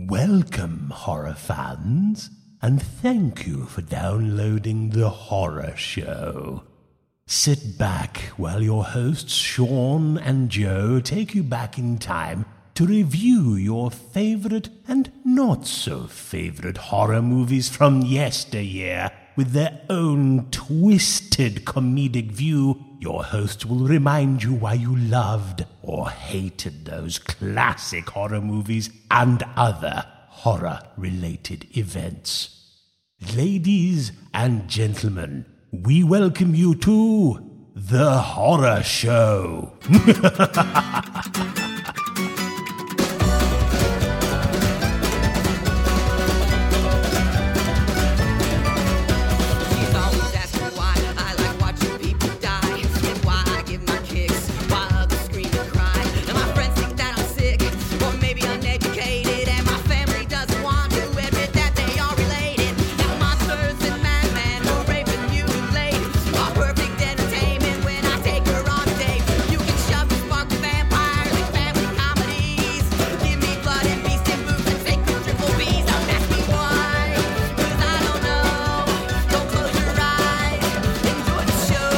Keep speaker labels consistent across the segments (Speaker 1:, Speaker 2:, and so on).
Speaker 1: Welcome, horror fans, and thank you for downloading The Horror Show. Sit back while your hosts Sean and Joe take you back in time to review your favorite and not so favorite horror movies from yesteryear with their own twisted comedic view. Your hosts will remind you why you loved or hated those classic horror movies and other horror related events. Ladies and gentlemen, we welcome you to The Horror Show.
Speaker 2: She's always asking why I like watching people die, and why I give my kicks, why others scream and cry. And my friends think that I'm sick, or maybe uneducated, and my family doesn't want to admit that they are related. Now monsters and madmen who rape and mutilate are perfect entertainment when I take her on a date. You can shove and spark the vampires and family comedies. Give me blood and beast and boobs and take the triple B's. Don't ask me why, 'cause I don't know. Don't close your eyes, enjoy the show.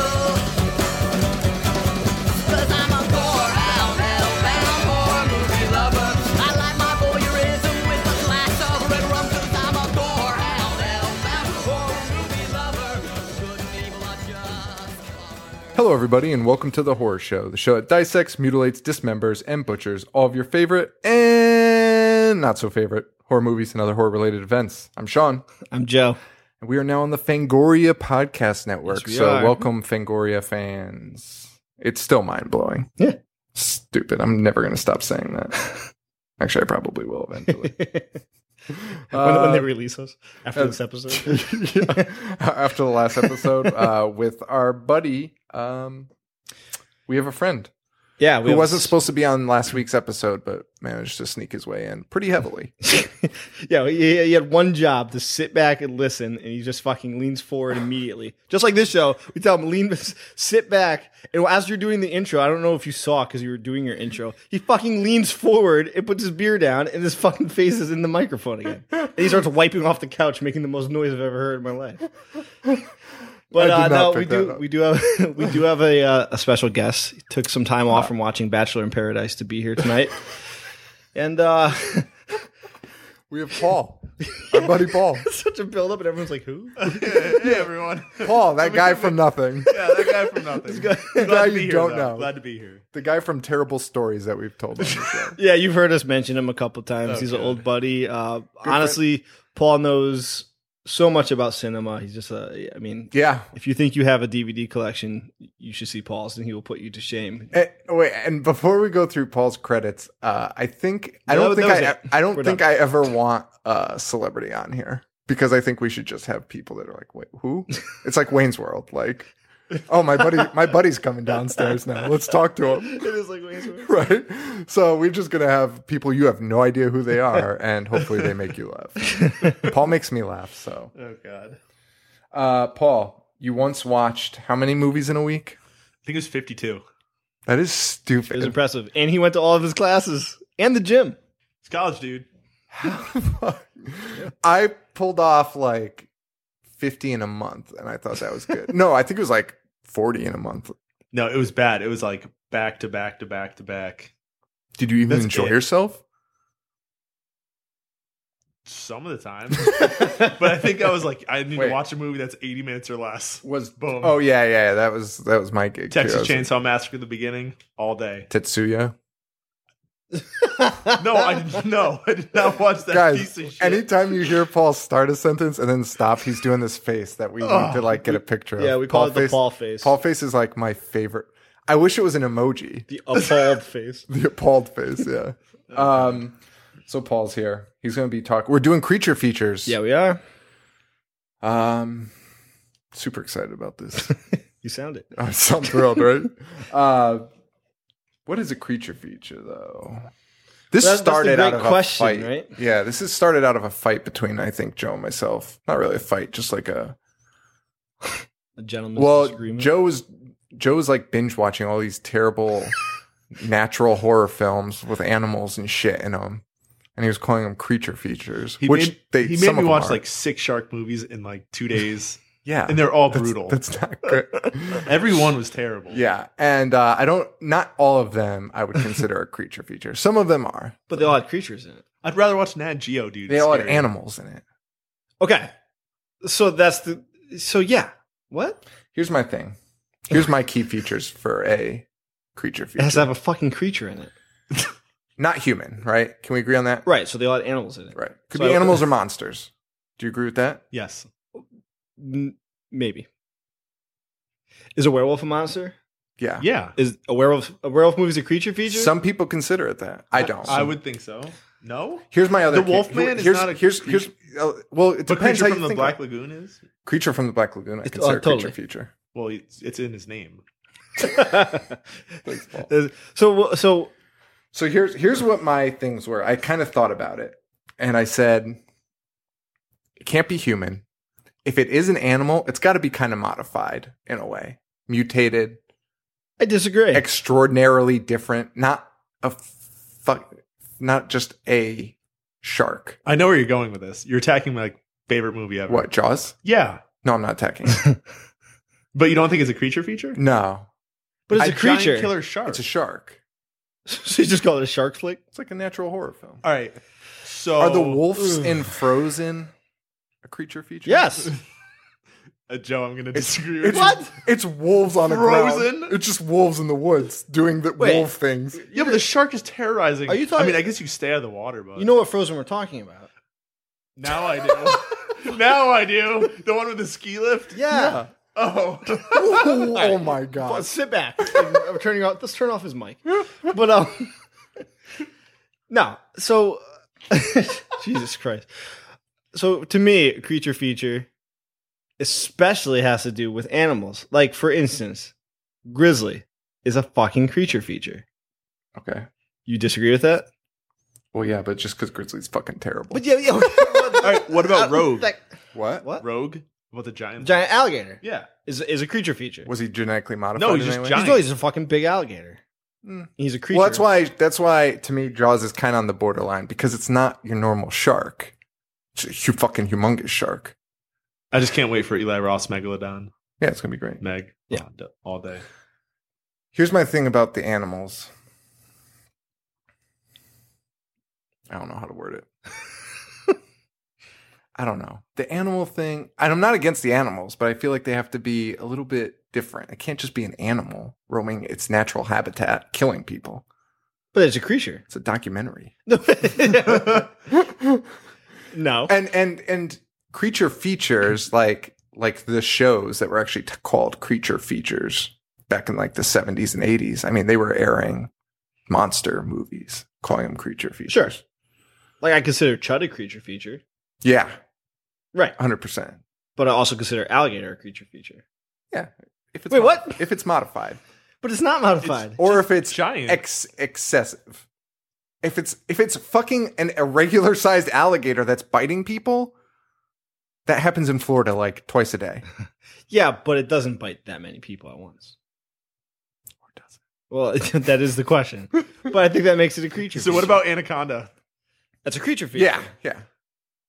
Speaker 2: Cause I'm a poor out, hellbound horror movie lover. I like my voyeurism with a glass of red rum. Cause I'm a poor out, hellbound horror movie lover. Good and evil are just.
Speaker 3: Hello, everybody, and welcome to The Horror Show, the show that dissects, mutilates, dismembers, and butchers all of your favorite and not so favorite horror movies and other horror related events. I'm Sean,
Speaker 4: I'm Joe.
Speaker 3: and we are now on the Fangoria Podcast Network.
Speaker 4: Yes, we
Speaker 3: so,
Speaker 4: are.
Speaker 3: welcome, Fangoria fans. It's still mind blowing.
Speaker 4: Yeah.
Speaker 3: Stupid. I'm never going to stop saying that. Actually, I probably will eventually.
Speaker 4: when,
Speaker 3: Uh,
Speaker 4: when they release us after this episode.
Speaker 3: After the last episode uh, with our buddy, um, we have a friend.
Speaker 4: yeah, we
Speaker 3: who
Speaker 4: have-
Speaker 3: wasn't supposed to be on last week's episode, but managed to sneak his way in pretty heavily.
Speaker 4: yeah, he, he had one job to sit back and listen, and he just fucking leans forward immediately, just like this show. We tell him lean, sit back, and as you're doing the intro, I don't know if you saw because you were doing your intro. He fucking leans forward and puts his beer down, and his fucking face is in the microphone again. And he starts wiping off the couch, making the most noise I've ever heard in my life. But
Speaker 3: I
Speaker 4: uh,
Speaker 3: did not
Speaker 4: no,
Speaker 3: pick
Speaker 4: we
Speaker 3: that
Speaker 4: do
Speaker 3: up.
Speaker 4: we do have we do have a uh, a special guest. He took some time off from watching Bachelor in Paradise to be here tonight, and. uh
Speaker 3: We have Paul, our buddy Paul.
Speaker 4: such a build up and everyone's like, who?
Speaker 5: Hey everyone.
Speaker 3: Paul, that guy from nothing,
Speaker 5: Yeah, that guy from nothing. Glad
Speaker 3: the guy you don't know,
Speaker 5: Glad to be here.
Speaker 3: the guy from terrible stories that we've told on the show.
Speaker 4: yeah, you've heard us mention him a couple times.
Speaker 5: Oh,
Speaker 4: He's an
Speaker 5: God.
Speaker 4: old buddy. Uh, honestly, Paul knows so much about cinema. He's just a, I mean,
Speaker 3: Yeah.
Speaker 4: if you think you have a DVD collection, you should see Paul's and he will put you to shame.
Speaker 3: And, Eh, oh, wait, and before we go through Paul's credits, uh, I think I
Speaker 4: No,
Speaker 3: don't
Speaker 4: that
Speaker 3: think
Speaker 4: was
Speaker 3: I,
Speaker 4: it.
Speaker 3: I don't
Speaker 4: We're
Speaker 3: think
Speaker 4: done.
Speaker 3: I ever want a celebrity on here because I think we should just have people that are like, wait, who? It's like Wayne's World, like. Oh my buddy! My buddy's coming downstairs now. Let's talk to him.
Speaker 4: It is like, Wayne's World.
Speaker 3: right? So we're just gonna have people you have no idea who they are, and hopefully they make you laugh. Paul makes me laugh. So,
Speaker 4: oh god.
Speaker 3: uh, Paul, you once watched how many movies in a week?
Speaker 5: I think it was 52.
Speaker 3: That is
Speaker 4: It was
Speaker 3: stupid.
Speaker 4: impressive. And he went to all of his classes and the gym.
Speaker 5: It's college, dude.
Speaker 3: I pulled off like fifty in a month, and I thought that was good. no, I think it was like forty in a month.
Speaker 5: No, it was bad. It was like back to back to back to back.
Speaker 3: Did you even
Speaker 5: That's
Speaker 3: enjoy
Speaker 5: it.
Speaker 3: yourself?
Speaker 5: some of the time, but I think I was like, I need
Speaker 3: Wait.
Speaker 5: to watch a movie that's 80 minutes or less.
Speaker 3: Was
Speaker 5: Boom.
Speaker 3: Oh yeah, yeah, yeah, that was that was my gig. too. I
Speaker 5: Texas
Speaker 3: was-
Speaker 5: Chainsaw Massacre at the beginning all day.
Speaker 3: Tetsuya.
Speaker 5: No, I didn't. No, I did not watch that piece
Speaker 3: Guys,
Speaker 5: of shit.
Speaker 3: anytime you hear Paul start a sentence and then stop, he's doing this face that we need to like get a picture of.
Speaker 4: Yeah, Oh, we call it the
Speaker 3: face-
Speaker 4: Paul face.
Speaker 3: Paul face is like my favorite. I wish it was an emoji.
Speaker 4: the appalled face.
Speaker 3: The appalled face, yeah. Um, so Paul's here. He's going to be talking. We're doing creature features.
Speaker 4: Yeah, we are.
Speaker 3: Um, super excited about this.
Speaker 4: You sound it.
Speaker 3: I'm so thrilled, right? Uh, what is a creature feature though? This
Speaker 4: That's- that's the
Speaker 3: started
Speaker 4: great
Speaker 3: out of
Speaker 4: question,
Speaker 3: a fight,
Speaker 4: right?
Speaker 3: Yeah, this is started out of a fight between I think Joe and myself. Not really a fight, just like a
Speaker 4: A gentleman's
Speaker 3: well,
Speaker 4: disagreement.
Speaker 3: Joe was Joe was like binge watching all these terrible natural horror films with animals and shit in them, and he was calling them creature features,
Speaker 5: he
Speaker 3: which
Speaker 5: made,
Speaker 3: they
Speaker 5: he
Speaker 3: some
Speaker 5: made me
Speaker 3: of them
Speaker 5: watch
Speaker 3: are.
Speaker 5: like six shark movies in like two days,
Speaker 3: yeah,
Speaker 5: and they're all
Speaker 3: That's-
Speaker 5: brutal.
Speaker 3: That's not good.
Speaker 5: Every one was terrible.
Speaker 3: Yeah, and uh, I don't. Not all of them I would consider a creature feature. Some of them are.
Speaker 4: but they all had creatures in it.
Speaker 5: I'd rather watch Nat Geo, dude.
Speaker 3: They
Speaker 5: It's
Speaker 3: all had
Speaker 5: scary.
Speaker 3: animals in it.
Speaker 4: Okay. So that's the. So yeah. What?
Speaker 3: Here's my thing. Here's my key features for a creature
Speaker 4: It has to
Speaker 3: feature.
Speaker 4: have a fucking creature in it.
Speaker 3: Not human, right? Can we agree on that?
Speaker 4: Right. So they all had animals in it.
Speaker 3: Right. Could
Speaker 4: So
Speaker 3: be
Speaker 4: I-
Speaker 3: animals or monsters. Do you agree with that?
Speaker 5: Yes.
Speaker 4: N- maybe. Is a werewolf a monster?
Speaker 3: Yeah.
Speaker 5: Yeah.
Speaker 4: Is a werewolf a werewolf movie is a creature feature?
Speaker 3: Some people consider it that. I don't.
Speaker 5: I would think so. No.
Speaker 3: Here's my other.
Speaker 5: The Wolfman is
Speaker 3: here's,
Speaker 5: not a
Speaker 3: here's here's. uh, well, it
Speaker 5: But
Speaker 3: depends
Speaker 5: Creature
Speaker 3: how
Speaker 5: from
Speaker 3: you
Speaker 5: the
Speaker 3: think
Speaker 5: Black uh,
Speaker 3: of-
Speaker 5: Lagoon is?
Speaker 3: Creature from the Black Lagoon. I
Speaker 4: It's- oh,
Speaker 3: consider
Speaker 4: totally.
Speaker 3: creature feature.
Speaker 5: Well, it's, it's in his name.
Speaker 3: Thanks, Paul.
Speaker 4: so so
Speaker 3: So here's here's what my things were. I kind of thought about it, and I said, it can't be human. If it is an animal, it's got to be kind of modified in a way, mutated,
Speaker 4: I disagree.
Speaker 3: extraordinarily different. Not a fuck, not just a shark.
Speaker 5: I know where you're going with this. You're attacking my like, favorite movie ever.
Speaker 3: What Jaws?
Speaker 5: Yeah.
Speaker 3: No, I'm not attacking.
Speaker 5: But you don't think it's a creature feature?
Speaker 3: no,
Speaker 4: but it's a,
Speaker 5: giant
Speaker 4: creature.
Speaker 5: killer shark.
Speaker 3: it's a shark.
Speaker 4: so you just call it a shark flick?
Speaker 3: It's like a natural horror film.
Speaker 5: All right. So
Speaker 3: Are the wolves
Speaker 4: ugh.
Speaker 3: in Frozen a creature feature?
Speaker 4: Yes.
Speaker 5: Uh, Joe, I'm going to
Speaker 3: It's,
Speaker 5: disagree with
Speaker 3: it's,
Speaker 5: you.
Speaker 4: What?
Speaker 3: It's wolves on a
Speaker 5: Frozen?
Speaker 3: ground. It's just wolves in the woods doing the
Speaker 4: Wait.
Speaker 3: wolf things.
Speaker 5: Yeah, but the shark is terrorizing.
Speaker 4: Are you talking-
Speaker 5: I mean, I guess you stay out of the water, but
Speaker 4: You know what Frozen we're talking about.
Speaker 5: now I do. now I do. The one with the ski lift.
Speaker 4: Yeah.
Speaker 5: Oh,
Speaker 3: oh my
Speaker 4: Well,
Speaker 3: god!
Speaker 4: sit back. I'm turning off. Let's turn off his mic. But um, no. So, Jesus Christ. So to me, creature feature, especially has to do with animals. Like for instance, grizzly is a fucking creature feature.
Speaker 3: Okay.
Speaker 4: You disagree with that?
Speaker 3: Well, yeah, but just because Grizzly's fucking terrible.
Speaker 4: But yeah, yeah. Okay.
Speaker 5: All right, what about Rogue?
Speaker 4: Like,
Speaker 3: what?
Speaker 4: what?
Speaker 5: Rogue. What the giant?
Speaker 4: Giant alligator
Speaker 5: Yeah.
Speaker 4: is is a creature feature.
Speaker 3: Was he genetically modified?
Speaker 5: No, he's
Speaker 3: in
Speaker 5: just
Speaker 3: any way?
Speaker 5: giant.
Speaker 4: He's, no, he's a fucking big alligator.
Speaker 3: Mm.
Speaker 4: He's a creature.
Speaker 3: Well, that's why. That's why to me, Jaws is kind of on the borderline because it's not your normal shark. It's a hu- fucking humongous shark.
Speaker 5: I just can't wait for Eli Ross Megalodon
Speaker 3: Yeah, it's gonna be great.
Speaker 5: Meg.
Speaker 4: Yeah.
Speaker 5: all day.
Speaker 3: Here's my thing about the animals. I don't know how to word it. I don't know. The animal thing, and I'm not against the animals, but I feel like they have to be a little bit different. It can't just be an animal roaming its natural habitat, killing people.
Speaker 4: But it's a creature.
Speaker 3: It's a documentary.
Speaker 4: no.
Speaker 3: And and and creature features like like the shows that were actually t- called creature features back in like the 70s and 80s. I mean, they were airing monster movies, calling them creature features.
Speaker 4: Sure. Like I consider chud a creature feature,
Speaker 3: Yeah,
Speaker 4: right?
Speaker 3: 100%.
Speaker 4: But I also consider alligator a creature feature.
Speaker 3: If it's
Speaker 4: Wait,
Speaker 3: mod-
Speaker 4: what?
Speaker 3: If it's modified
Speaker 4: But it's not modified.
Speaker 3: or if it's
Speaker 5: giant.
Speaker 3: ex- excessive. If it's if it's fucking an irregular sized alligator that's biting people, that happens in Florida like twice a day.
Speaker 4: yeah, but it doesn't bite that many people at once. Well, that is the question. but I think that makes it a creature.
Speaker 5: So what
Speaker 4: feature.
Speaker 5: about anaconda?
Speaker 4: that's a creature feature?
Speaker 3: Yeah, yeah.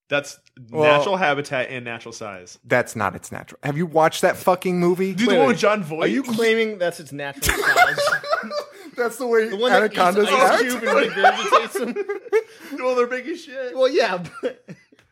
Speaker 5: That's
Speaker 3: Well-
Speaker 5: natural habitat and natural size.
Speaker 3: That's not its natural. Have you watched that fucking movie?
Speaker 5: Dude,
Speaker 4: Wait,
Speaker 5: the one
Speaker 4: wait.
Speaker 5: with John Voight.
Speaker 4: Are you claiming that's its natural size?
Speaker 3: That's the way
Speaker 4: the one that eats
Speaker 3: anacondas
Speaker 4: ice
Speaker 3: act.
Speaker 4: cube and regurgitates them?
Speaker 5: well, they're big as shit.
Speaker 4: Well, yeah. But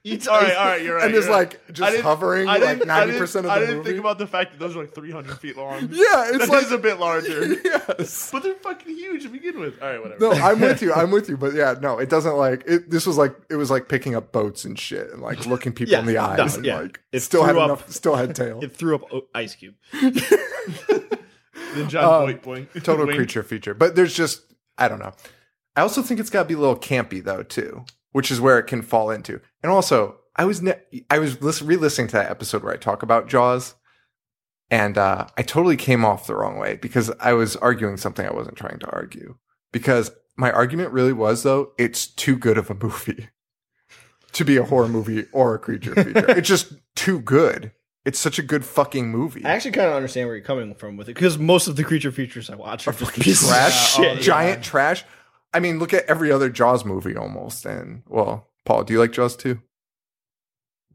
Speaker 4: eats
Speaker 5: All right,
Speaker 4: ice-
Speaker 5: all right, you're right.
Speaker 3: And it's
Speaker 5: you're right.
Speaker 3: like just
Speaker 5: I didn't-
Speaker 3: hovering
Speaker 5: I
Speaker 3: like
Speaker 5: didn't- I
Speaker 3: ninety
Speaker 5: didn't-
Speaker 3: percent of the
Speaker 5: I didn't
Speaker 3: movie.
Speaker 5: think about the fact that those are like 300 feet long.
Speaker 3: yeah, it's
Speaker 5: That
Speaker 3: like
Speaker 5: is a bit larger.
Speaker 3: yes.
Speaker 5: But they're fucking huge to begin with. All right, whatever.
Speaker 3: No, I'm with you. I'm with you. But yeah, no, it doesn't like it. This was like it was like picking up boats and shit, and like looking people
Speaker 4: Yeah,
Speaker 3: in the
Speaker 4: no,
Speaker 3: eyes, and
Speaker 4: yeah.
Speaker 3: like
Speaker 4: It
Speaker 3: still had
Speaker 4: threw up-
Speaker 3: enough, still had tail.
Speaker 4: It threw up o- Ice Cube.
Speaker 5: The John
Speaker 3: Um,
Speaker 5: Boink Boink.
Speaker 3: Total
Speaker 5: Wink.
Speaker 3: creature feature. But there's just I don't know. I also think it's got to be a little campy though too, which is where it can fall into. And also, I was ne- I was lis- re-listening to that episode where I talk about Jaws, and uh, I totally came off the wrong way because I was arguing something I wasn't trying to argue. Because my argument really was though, it's too good of a movie to be a horror movie or a creature feature. it's just too good. It's such a good fucking movie.
Speaker 4: I actually kind of understand where you're coming from with it because most of the creature features I watch are uh, fucking pieces of
Speaker 3: trash,
Speaker 4: shit.
Speaker 5: Oh,
Speaker 3: giant trash. I mean, look at every other Jaws movie almost. And well, Paul, do you like Jaws too?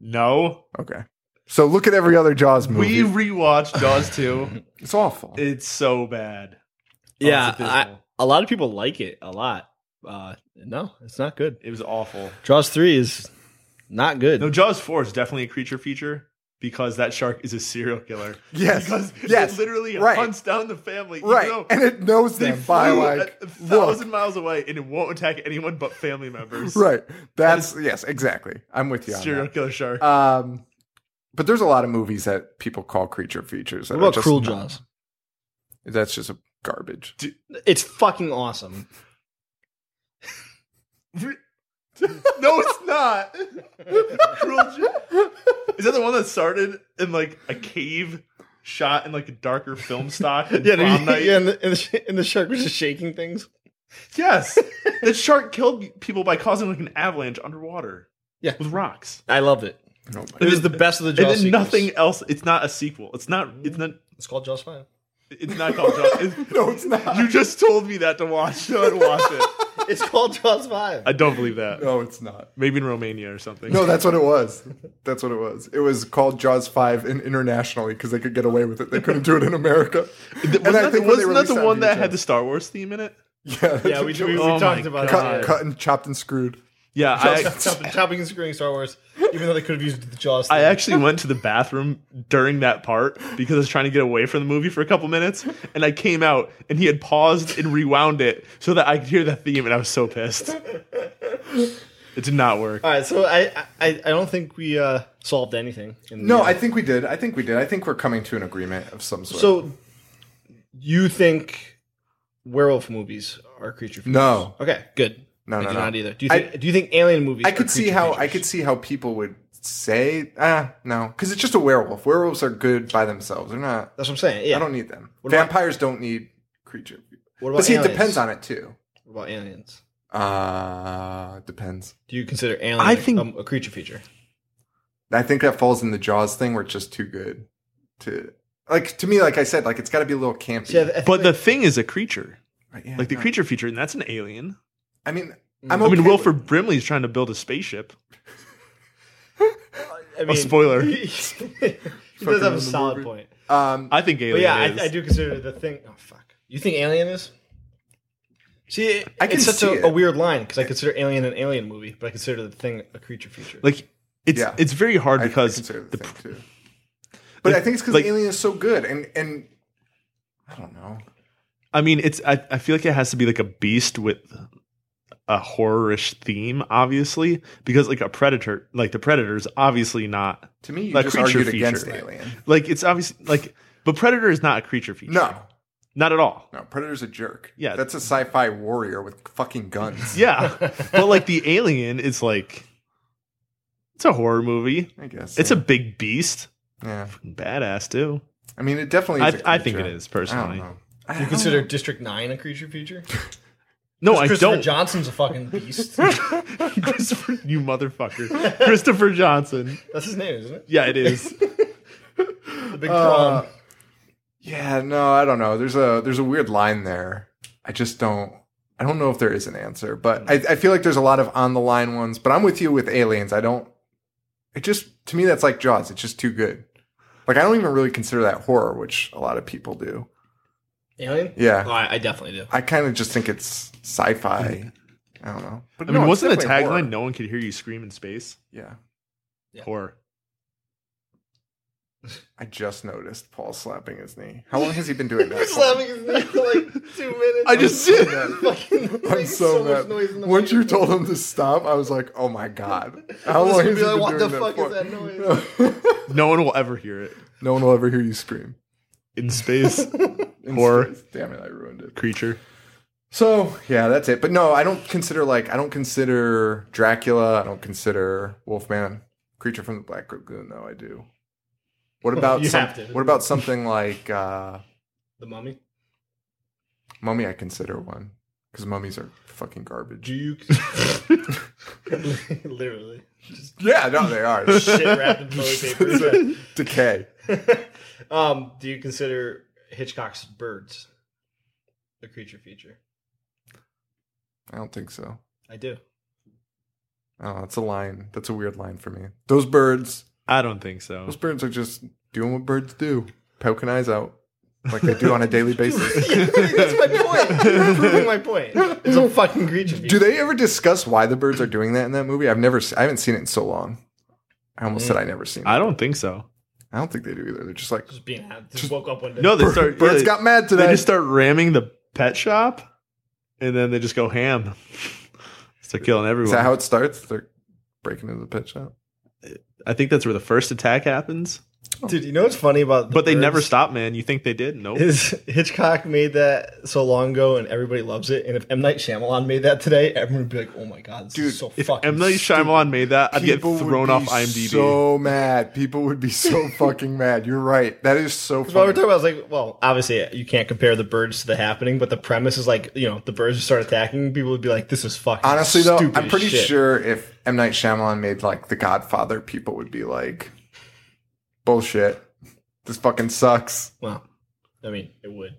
Speaker 5: No.
Speaker 3: Okay, so look at every other Jaws
Speaker 5: We
Speaker 3: movie.
Speaker 5: rewatched Jaws 2.
Speaker 3: it's awful.
Speaker 5: It's so bad. Oh,
Speaker 4: Yeah,
Speaker 5: it's
Speaker 4: I,
Speaker 5: abysmal.
Speaker 4: a lot of people like it a lot. Uh, no, it's not good.
Speaker 5: it was awful.
Speaker 4: Jaws three is not good.
Speaker 5: No, Jaws 4 is definitely a creature feature because that shark is a serial killer.
Speaker 3: Yes,
Speaker 5: Because
Speaker 3: yes,
Speaker 5: it literally
Speaker 3: right.
Speaker 5: hunts down the family. even
Speaker 3: right,
Speaker 5: though
Speaker 3: and it knows
Speaker 5: They
Speaker 3: them by
Speaker 5: flew
Speaker 3: like
Speaker 5: a
Speaker 3: look.
Speaker 5: thousand miles away and it won't attack anyone but family members.
Speaker 3: Right, that's yes, exactly. I'm with you. On
Speaker 5: Serial
Speaker 3: that.
Speaker 5: killer shark.
Speaker 4: Uh,
Speaker 3: Um, but there's a lot of movies that people call creature features. that
Speaker 4: what
Speaker 3: are
Speaker 4: about
Speaker 3: just
Speaker 4: Cruel
Speaker 3: not-
Speaker 4: Jaws?
Speaker 3: That's just a garbage.
Speaker 4: It's fucking awesome.
Speaker 5: no, it's not. Cruel Jaws. Is that the one that started in like a cave, shot in like a darker film stock? and
Speaker 4: Yeah,
Speaker 5: prom night?
Speaker 4: yeah and, the, and, the, sh- and the shark was just shaking things.
Speaker 5: Yes, the shark killed people by causing like an avalanche underwater.
Speaker 4: Yeah.
Speaker 5: with rocks.
Speaker 4: I loved it.
Speaker 3: Oh
Speaker 4: It was the best of the
Speaker 5: And
Speaker 4: Jaws.
Speaker 5: then
Speaker 4: sequels.
Speaker 5: nothing else. It's not a sequel. It's not. It's not.
Speaker 4: It's called Jaws five.
Speaker 5: It's not called Jaws. It's-
Speaker 3: no, it's not.
Speaker 5: you just told me that to watch. So I'd watch it.
Speaker 4: It's called Jaws five.
Speaker 5: I don't believe that.
Speaker 3: no, it's not.
Speaker 5: Maybe in Romania or something.
Speaker 3: No, that's what it was. That's what it was. It was called Jaws Five in internationally because they could get away with it. They couldn't do it in America.
Speaker 5: Th-
Speaker 3: And I
Speaker 5: wasn't that,
Speaker 3: think when they
Speaker 5: wasn't that the
Speaker 3: released it on
Speaker 5: one that
Speaker 3: VHS
Speaker 5: had the Star Wars theme in it?
Speaker 3: yeah,
Speaker 4: yeah, we, we, we
Speaker 5: Oh
Speaker 4: talked
Speaker 5: my
Speaker 4: about
Speaker 5: God.
Speaker 3: cut,
Speaker 4: it.
Speaker 3: cut and chopped and screwed.
Speaker 5: Yeah, I,
Speaker 4: Chopping, chopping and screwing Star Wars, even though they could have used the Jaws.
Speaker 5: I
Speaker 4: thing.
Speaker 5: actually went to the bathroom during that part because I was trying to get away from the movie for a couple minutes, and I came out and he had paused and rewound it so that I could hear the theme, and I was so pissed. It did not work.
Speaker 4: All right, so I I, I don't think we uh, solved anything. In
Speaker 3: No,
Speaker 4: the,
Speaker 3: I think we did. I think we did. I think we're coming to an agreement of some sort.
Speaker 4: so you think werewolf movies are creature features?
Speaker 3: No.
Speaker 4: Okay, good.
Speaker 3: No,
Speaker 4: I
Speaker 3: no,
Speaker 4: do
Speaker 3: no.
Speaker 4: not either. Do you
Speaker 3: I-
Speaker 4: think do you think alien movies?
Speaker 3: I
Speaker 4: are
Speaker 3: could see
Speaker 4: creature
Speaker 3: how I
Speaker 4: features?
Speaker 3: could see how people would say, ah, no, because it's just a werewolf. Werewolves are good by themselves. They're not.
Speaker 4: That's what I'm saying. Yeah.
Speaker 3: I don't need them.
Speaker 4: about-
Speaker 3: Vampires don't need creature.
Speaker 4: What about
Speaker 3: But see, it
Speaker 4: aliens?
Speaker 3: depends on it too.
Speaker 4: What about aliens?
Speaker 3: Uh depends.
Speaker 4: Do you consider alien
Speaker 5: I think-
Speaker 4: um, a creature feature?
Speaker 3: I think that falls in the Jaws thing where it's just too good to like to me. Like I said, like it's got to be a little campy.
Speaker 4: See, I, I think
Speaker 5: But the thing is a creature,
Speaker 3: Right, yeah,
Speaker 5: like the
Speaker 3: no.
Speaker 5: creature feature, and that's an alien.
Speaker 3: I mean,
Speaker 4: Mm.
Speaker 3: I'm
Speaker 5: I
Speaker 3: okay
Speaker 5: mean,
Speaker 3: with-
Speaker 5: Wilford Brimley's trying to build a spaceship.
Speaker 4: I mean,
Speaker 5: spoiler.
Speaker 4: He, does have a solid point.
Speaker 3: Um,
Speaker 5: I think
Speaker 4: But
Speaker 5: alien.
Speaker 4: yeah,
Speaker 5: is.
Speaker 4: I, I do consider the thing. Oh fuck! You think Alien is? See, it,
Speaker 3: I can
Speaker 4: it's such
Speaker 3: see
Speaker 4: a,
Speaker 3: it.
Speaker 4: a weird line because I consider Alien an alien movie, but I consider the thing a creature feature.
Speaker 5: Like it's
Speaker 3: Yeah.
Speaker 5: it's very hard
Speaker 3: I
Speaker 5: because
Speaker 3: consider the,
Speaker 5: the
Speaker 3: thing
Speaker 5: pr-
Speaker 3: too. But I think it's because
Speaker 5: like-
Speaker 3: Alien is so good, and and I don't know.
Speaker 5: I mean, it's. I, I feel like it has to be like a beast with a horrorish theme, obviously, because like a predator, like the predator's obviously not
Speaker 3: To me, you
Speaker 5: Like
Speaker 3: just
Speaker 5: creature
Speaker 3: argued
Speaker 5: feature,
Speaker 3: against
Speaker 5: right.
Speaker 3: Alien.
Speaker 5: like it's obviously like, but predator is not a creature feature.
Speaker 3: No,
Speaker 5: not at all.
Speaker 3: no, Predator's a jerk.
Speaker 5: Yeah.
Speaker 3: that's a sci-fi warrior with fucking guns.
Speaker 5: Yeah, but like the alien is like, it's a horror movie.
Speaker 3: I guess
Speaker 5: It's a big beast,
Speaker 3: yeah.
Speaker 5: badass too.
Speaker 3: I mean, it definitely.
Speaker 5: I,
Speaker 3: Is a
Speaker 5: I think it
Speaker 3: creature. I
Speaker 5: is
Speaker 3: don't
Speaker 5: personally.
Speaker 3: know.
Speaker 4: you consider District Nine a creature feature?
Speaker 5: No, I
Speaker 4: Christopher
Speaker 5: don't.
Speaker 4: Johnson's a fucking beast.
Speaker 5: Christopher, you motherfucker, Christopher Johnson.
Speaker 4: That's his name, isn't it?
Speaker 5: Yeah, it is.
Speaker 4: The big prawn.
Speaker 3: Yeah, no, I don't know. There's a there's a weird line there. I just don't I don't know if there is an answer, but I, I feel like there's a lot of on the line ones. But I'm with you with aliens. I don't it just to me that's like Jaws. It's just too good. Like I don't even really consider that horror, which a lot of people do.
Speaker 4: Alien.
Speaker 3: Yeah.
Speaker 4: Oh, I, I definitely do.
Speaker 3: I kind of just think it's sci-fi. I don't know. But
Speaker 5: I mean,
Speaker 3: no, it's
Speaker 5: wasn't the
Speaker 3: definitely
Speaker 5: tagline
Speaker 3: horror.
Speaker 5: "No one could hear you scream in space"?
Speaker 3: Yeah.
Speaker 5: Horror.
Speaker 3: I just noticed Paul slapping his knee. How long has he been doing that? for?
Speaker 4: his knee for like two minutes.
Speaker 5: I just did.
Speaker 3: I'm so, mad. Once you told him to stop, I was like, "Oh my god!" How long has he been
Speaker 4: what
Speaker 3: doing
Speaker 4: the fuck is that
Speaker 3: for?"
Speaker 4: noise?
Speaker 5: No one will ever hear it
Speaker 3: No one will ever hear you scream.
Speaker 5: in space.
Speaker 3: In
Speaker 5: Horror.
Speaker 3: space. Damn it, I ruined it.
Speaker 5: Creature.
Speaker 3: So yeah, that's it. But no, I don't consider like I don't consider Dracula. I don't consider Wolfman, Creature from the Black Lagoon. Though I do. What about
Speaker 4: You
Speaker 3: some,
Speaker 4: have to.
Speaker 3: what about something like uh,
Speaker 4: The mummy.
Speaker 3: Mummy? I consider one because mummies are fucking garbage.
Speaker 4: Do you literally
Speaker 3: Yeah, no, they are.
Speaker 4: shit wrapped in toilet
Speaker 3: Decay.
Speaker 4: paper? um, do you consider Hitchcock's birds a creature feature?
Speaker 3: I don't think so.
Speaker 4: I do.
Speaker 3: Oh, that's a line. That's a weird line for me. Those birds,
Speaker 5: I don't think so.
Speaker 3: those birds are just doing what birds do, poking eyes out like they do on a daily basis.
Speaker 4: That's my point. You're proving my point. It's a fucking creature
Speaker 3: Do
Speaker 4: feature.
Speaker 3: they ever discuss why the birds are doing that in that movie? I've never, se- I haven't seen it in so long. I almost said I never seen it.
Speaker 5: Mm. I don't think so.
Speaker 3: I don't think they do either. They're just like
Speaker 4: just being just woke up one day.
Speaker 5: No, they start.
Speaker 3: birds
Speaker 5: yeah,
Speaker 3: got mad
Speaker 5: They
Speaker 3: today.
Speaker 5: just start ramming the pet shop, and then they just go ham. Start killing everyone.
Speaker 3: Is that how it starts? They're breaking into the pet shop.
Speaker 5: I think that's where the first attack happens.
Speaker 4: dude, you know what's funny about? the
Speaker 5: But they
Speaker 4: birds?
Speaker 5: never stop, man. You think they did? Nope.
Speaker 4: Is Hitchcock made that so long ago and everybody loves it. And if M Night Shyamalan made that today, everyone would be like, "Oh my god, this
Speaker 3: Dude,
Speaker 4: is so
Speaker 5: If
Speaker 4: fucking."
Speaker 5: M. Night Shyamalan made that, I'd get
Speaker 3: People would
Speaker 5: thrown off
Speaker 3: be
Speaker 5: IMDb.
Speaker 3: So mad. People would be so fucking mad. You're right. That is so.
Speaker 4: That's what we're
Speaker 3: Funny.
Speaker 4: talking about. I was like, well, obviously you can't compare the birds to the happening, but the premise is like, you know, the birds just start attacking. People would be like, "This is fucking."
Speaker 3: Honestly, though,
Speaker 4: stupid
Speaker 3: I'm
Speaker 4: as
Speaker 3: pretty
Speaker 4: shit.
Speaker 3: sure if M Night Shyamalan made like The Godfather, people would be like, "Bullshit, this fucking sucks."
Speaker 4: Well, I mean, it would.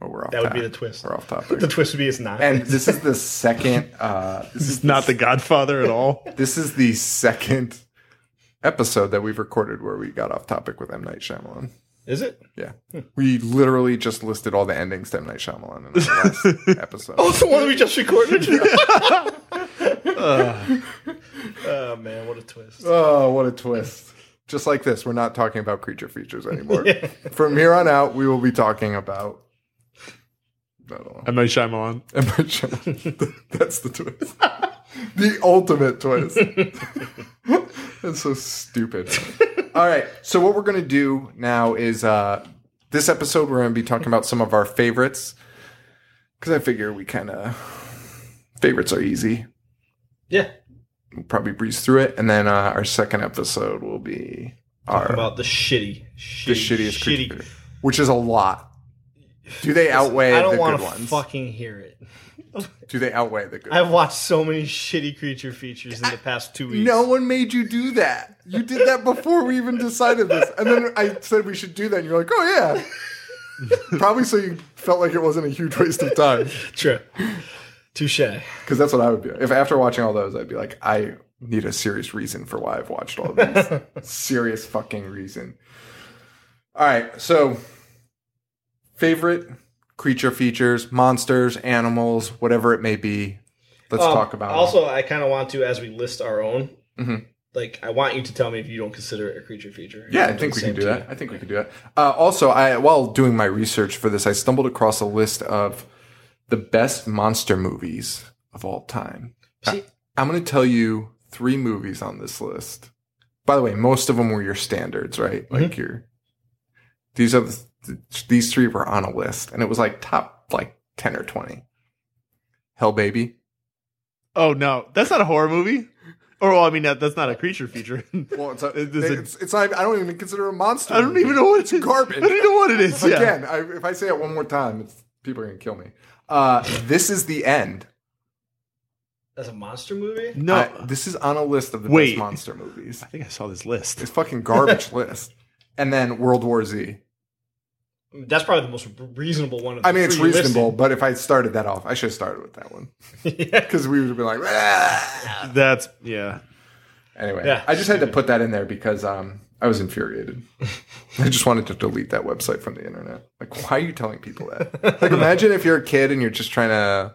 Speaker 3: But we're off.
Speaker 4: That would
Speaker 3: top-
Speaker 4: be the twist.
Speaker 3: We're off
Speaker 4: The
Speaker 3: topic.
Speaker 4: twist would be it's not.
Speaker 3: and this is the second. Uh, this is
Speaker 5: Not the Godfather at all.
Speaker 3: this is the second episode that we've recorded where we got off topic with M Night Shyamalan.
Speaker 4: is it?
Speaker 3: Yeah,
Speaker 4: Hmm.
Speaker 3: we literally just listed all the endings to M Night Shyamalan in the last episode.
Speaker 4: It's the one we just recorded. oh man, what a twist!
Speaker 3: Oh, what a twist. Just like this, we're not talking about creature features anymore. From here on out, we will be talking about. I don't know.
Speaker 5: M. Night Shyamalan.
Speaker 3: That's the twist. The ultimate twist. That's so stupid. All right. So, what we're going to do now is uh, this episode, we're going to be talking about some of our favorites. Because I figure we kind of. Favorites are easy
Speaker 4: Yeah,
Speaker 3: probably breeze through it, and then uh, our second episode will be our
Speaker 4: about the shitty, shitty,
Speaker 3: the shittiest creature, feature, which is a lot. Do they outweigh
Speaker 4: I don't
Speaker 3: the
Speaker 4: want
Speaker 3: good
Speaker 4: to
Speaker 3: ones?
Speaker 4: fucking hear it.
Speaker 3: Do they outweigh the good?
Speaker 4: I've watched so many shitty creature features in the past two weeks.
Speaker 3: no one made you do that. You did that before we even decided this, and then I said we should do that, and you're like, "Oh yeah." Probably so you felt like it wasn't a huge waste of time,
Speaker 4: true. Touche.
Speaker 3: because that's what I would do if after watching all those, I'd be like, I need a serious reason for why I've watched all these. serious fucking reason. All right, so favorite creature features, monsters, animals, whatever it may be. Let's
Speaker 4: Um,
Speaker 3: talk about. them.
Speaker 4: Also, I kind of want to, as we list our own,
Speaker 3: Mhm.
Speaker 4: like I want you to tell me if you don't consider it a creature feature.
Speaker 3: yeah, I
Speaker 4: I'll
Speaker 3: think
Speaker 4: the
Speaker 3: we can
Speaker 4: same
Speaker 3: do
Speaker 4: to
Speaker 3: that.
Speaker 4: you.
Speaker 3: I think we can do that. Uh, also, I while doing my research for this, I stumbled across a list of the best monster movies of all time.
Speaker 4: See-
Speaker 3: I, am going to tell you three movies on this list. By the way, most of them were your standards, right?
Speaker 4: Mm-hmm.
Speaker 3: Like your these are the, th- these three were on a list, and it was like top like ten or twenty. Hell, baby.
Speaker 5: Oh no, that's not a horror movie. Or well, I mean, that, that's not a creature feature.
Speaker 3: Well, it's, a,
Speaker 5: It- it's a-
Speaker 3: it's, it's not. I don't even consider it a monster.
Speaker 5: I don't
Speaker 3: movie.
Speaker 5: even know what it is.
Speaker 3: garbage.
Speaker 5: I don't even know what it is. Yeah.
Speaker 3: Again, I, if I say it one more time, it's, people are gonna kill me. Uh, this is the end.
Speaker 4: That's a monster movie.
Speaker 5: No,
Speaker 3: I- this is on a list of the
Speaker 5: Wait.
Speaker 3: best monster movies.
Speaker 5: I think I saw this list.
Speaker 3: It's fucking garbage list. And then World War Z.
Speaker 4: That's probably the most reasonable one. Of the
Speaker 3: I mean, it's
Speaker 4: three you listed.
Speaker 3: reasonable, but if I started that off, I should have started with that one because we would have been like. "Ah."
Speaker 5: That's yeah.
Speaker 3: Anyway,
Speaker 4: Yeah.
Speaker 3: I just had to put that in there because um, I was infuriated. I just wanted to delete that website from the internet. Like, why are you telling people that? Like, imagine if you're a kid and you're just trying to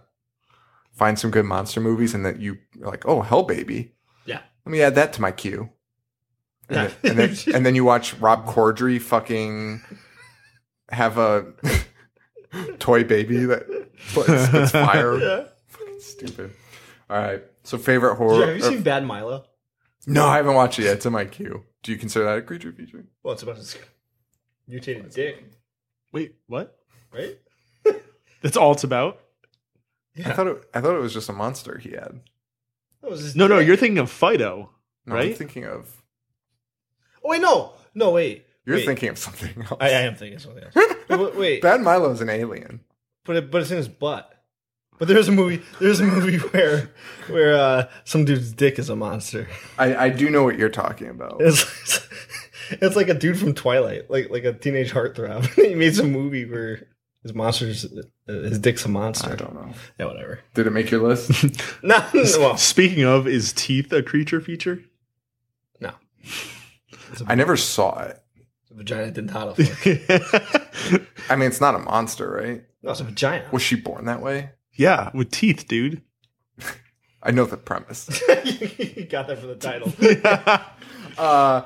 Speaker 3: find some good monster movies, and that you are like, oh, Hell Baby.
Speaker 4: Yeah.
Speaker 3: Let me add that to my queue. And, then- and then, and then you watch Rob Corddry fucking have a toy baby that puts, puts fire. Fucking stupid. All right. So favorite horror.
Speaker 4: have you
Speaker 3: or-
Speaker 4: seen Bad Milo?
Speaker 3: no, I haven't watched it yet. It's in my queue. Do you consider that a creature feature?
Speaker 4: Well, it's about his mutated dick,
Speaker 5: Wait, what?
Speaker 4: right?
Speaker 5: That's all it's about.
Speaker 3: I thought it, I thought it was just a monster he had.
Speaker 4: That was his
Speaker 5: No, no,
Speaker 4: dick.
Speaker 5: you're thinking of Fido,
Speaker 3: No, I'm
Speaker 5: right?
Speaker 3: thinking of
Speaker 4: Oh wait, no, no, wait.
Speaker 3: you're
Speaker 4: Wait.
Speaker 3: thinking of something else.
Speaker 4: I, I am thinking something else. Wait, wait,
Speaker 3: Bad Milo's an alien.
Speaker 4: but it, but it's in his butt. But there's a movie. There's a movie where where uh, some dude's dick is a monster.
Speaker 3: I, I do know what you're talking about.
Speaker 4: It's, it's, it's like a dude from Twilight, like like a teenage heartthrob. he made some movie where his monsters, uh, his dick's a monster.
Speaker 3: I don't know.
Speaker 4: Yeah, whatever.
Speaker 3: Did it make your list?
Speaker 4: No, no, well,
Speaker 5: Speaking of, is teeth a creature feature?
Speaker 4: no.
Speaker 3: I never saw it.
Speaker 4: The vagina didn't toddle. fuck.
Speaker 3: I mean, it's not a monster, right?
Speaker 4: No, it's a vagina.
Speaker 3: Was she born that way?
Speaker 5: yeah, with teeth, dude.
Speaker 3: I know the premise.
Speaker 4: you got that for the title.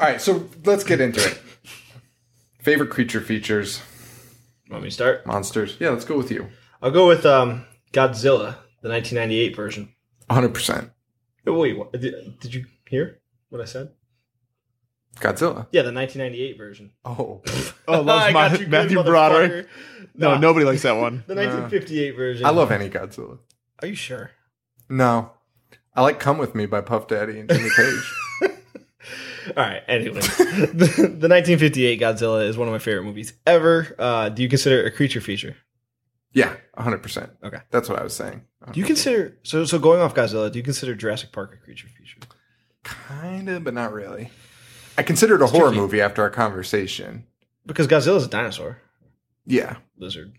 Speaker 3: All right, so let's get into it. Favorite creature features,
Speaker 4: Want me to start?
Speaker 3: monsters. Yeah, let's go with you.
Speaker 4: I'll go with um, Godzilla, the 1998 version.
Speaker 3: 100%.
Speaker 4: Oh, wait, what, did, did you hear what I said?
Speaker 3: Godzilla.
Speaker 4: Yeah, the 1998 version.
Speaker 3: Oh.
Speaker 5: Oh, loves
Speaker 4: I
Speaker 5: Ma-
Speaker 4: got you good,
Speaker 5: Matthew Broderick.
Speaker 4: motherfucker.
Speaker 5: No,
Speaker 4: Nah.
Speaker 5: nobody likes that one.
Speaker 4: The 1958 version.
Speaker 3: I love any Godzilla.
Speaker 4: Are you sure?
Speaker 3: No. I like Come With Me by Puff Daddy and Jimmy Page.
Speaker 4: All right. Anyway, the, the 1958 Godzilla is one of my favorite movies ever. Uh, do you consider it a creature feature?
Speaker 3: Yeah, 100%.
Speaker 4: Okay.
Speaker 3: That's what I was saying.
Speaker 4: Do you consider so? So going off Godzilla, do you consider Jurassic Park a creature feature?
Speaker 3: Kind of, but not really. I considered a horror
Speaker 4: tricky.
Speaker 3: movie after our conversation.
Speaker 4: Because Godzilla's a dinosaur
Speaker 3: Yeah.
Speaker 4: lizard.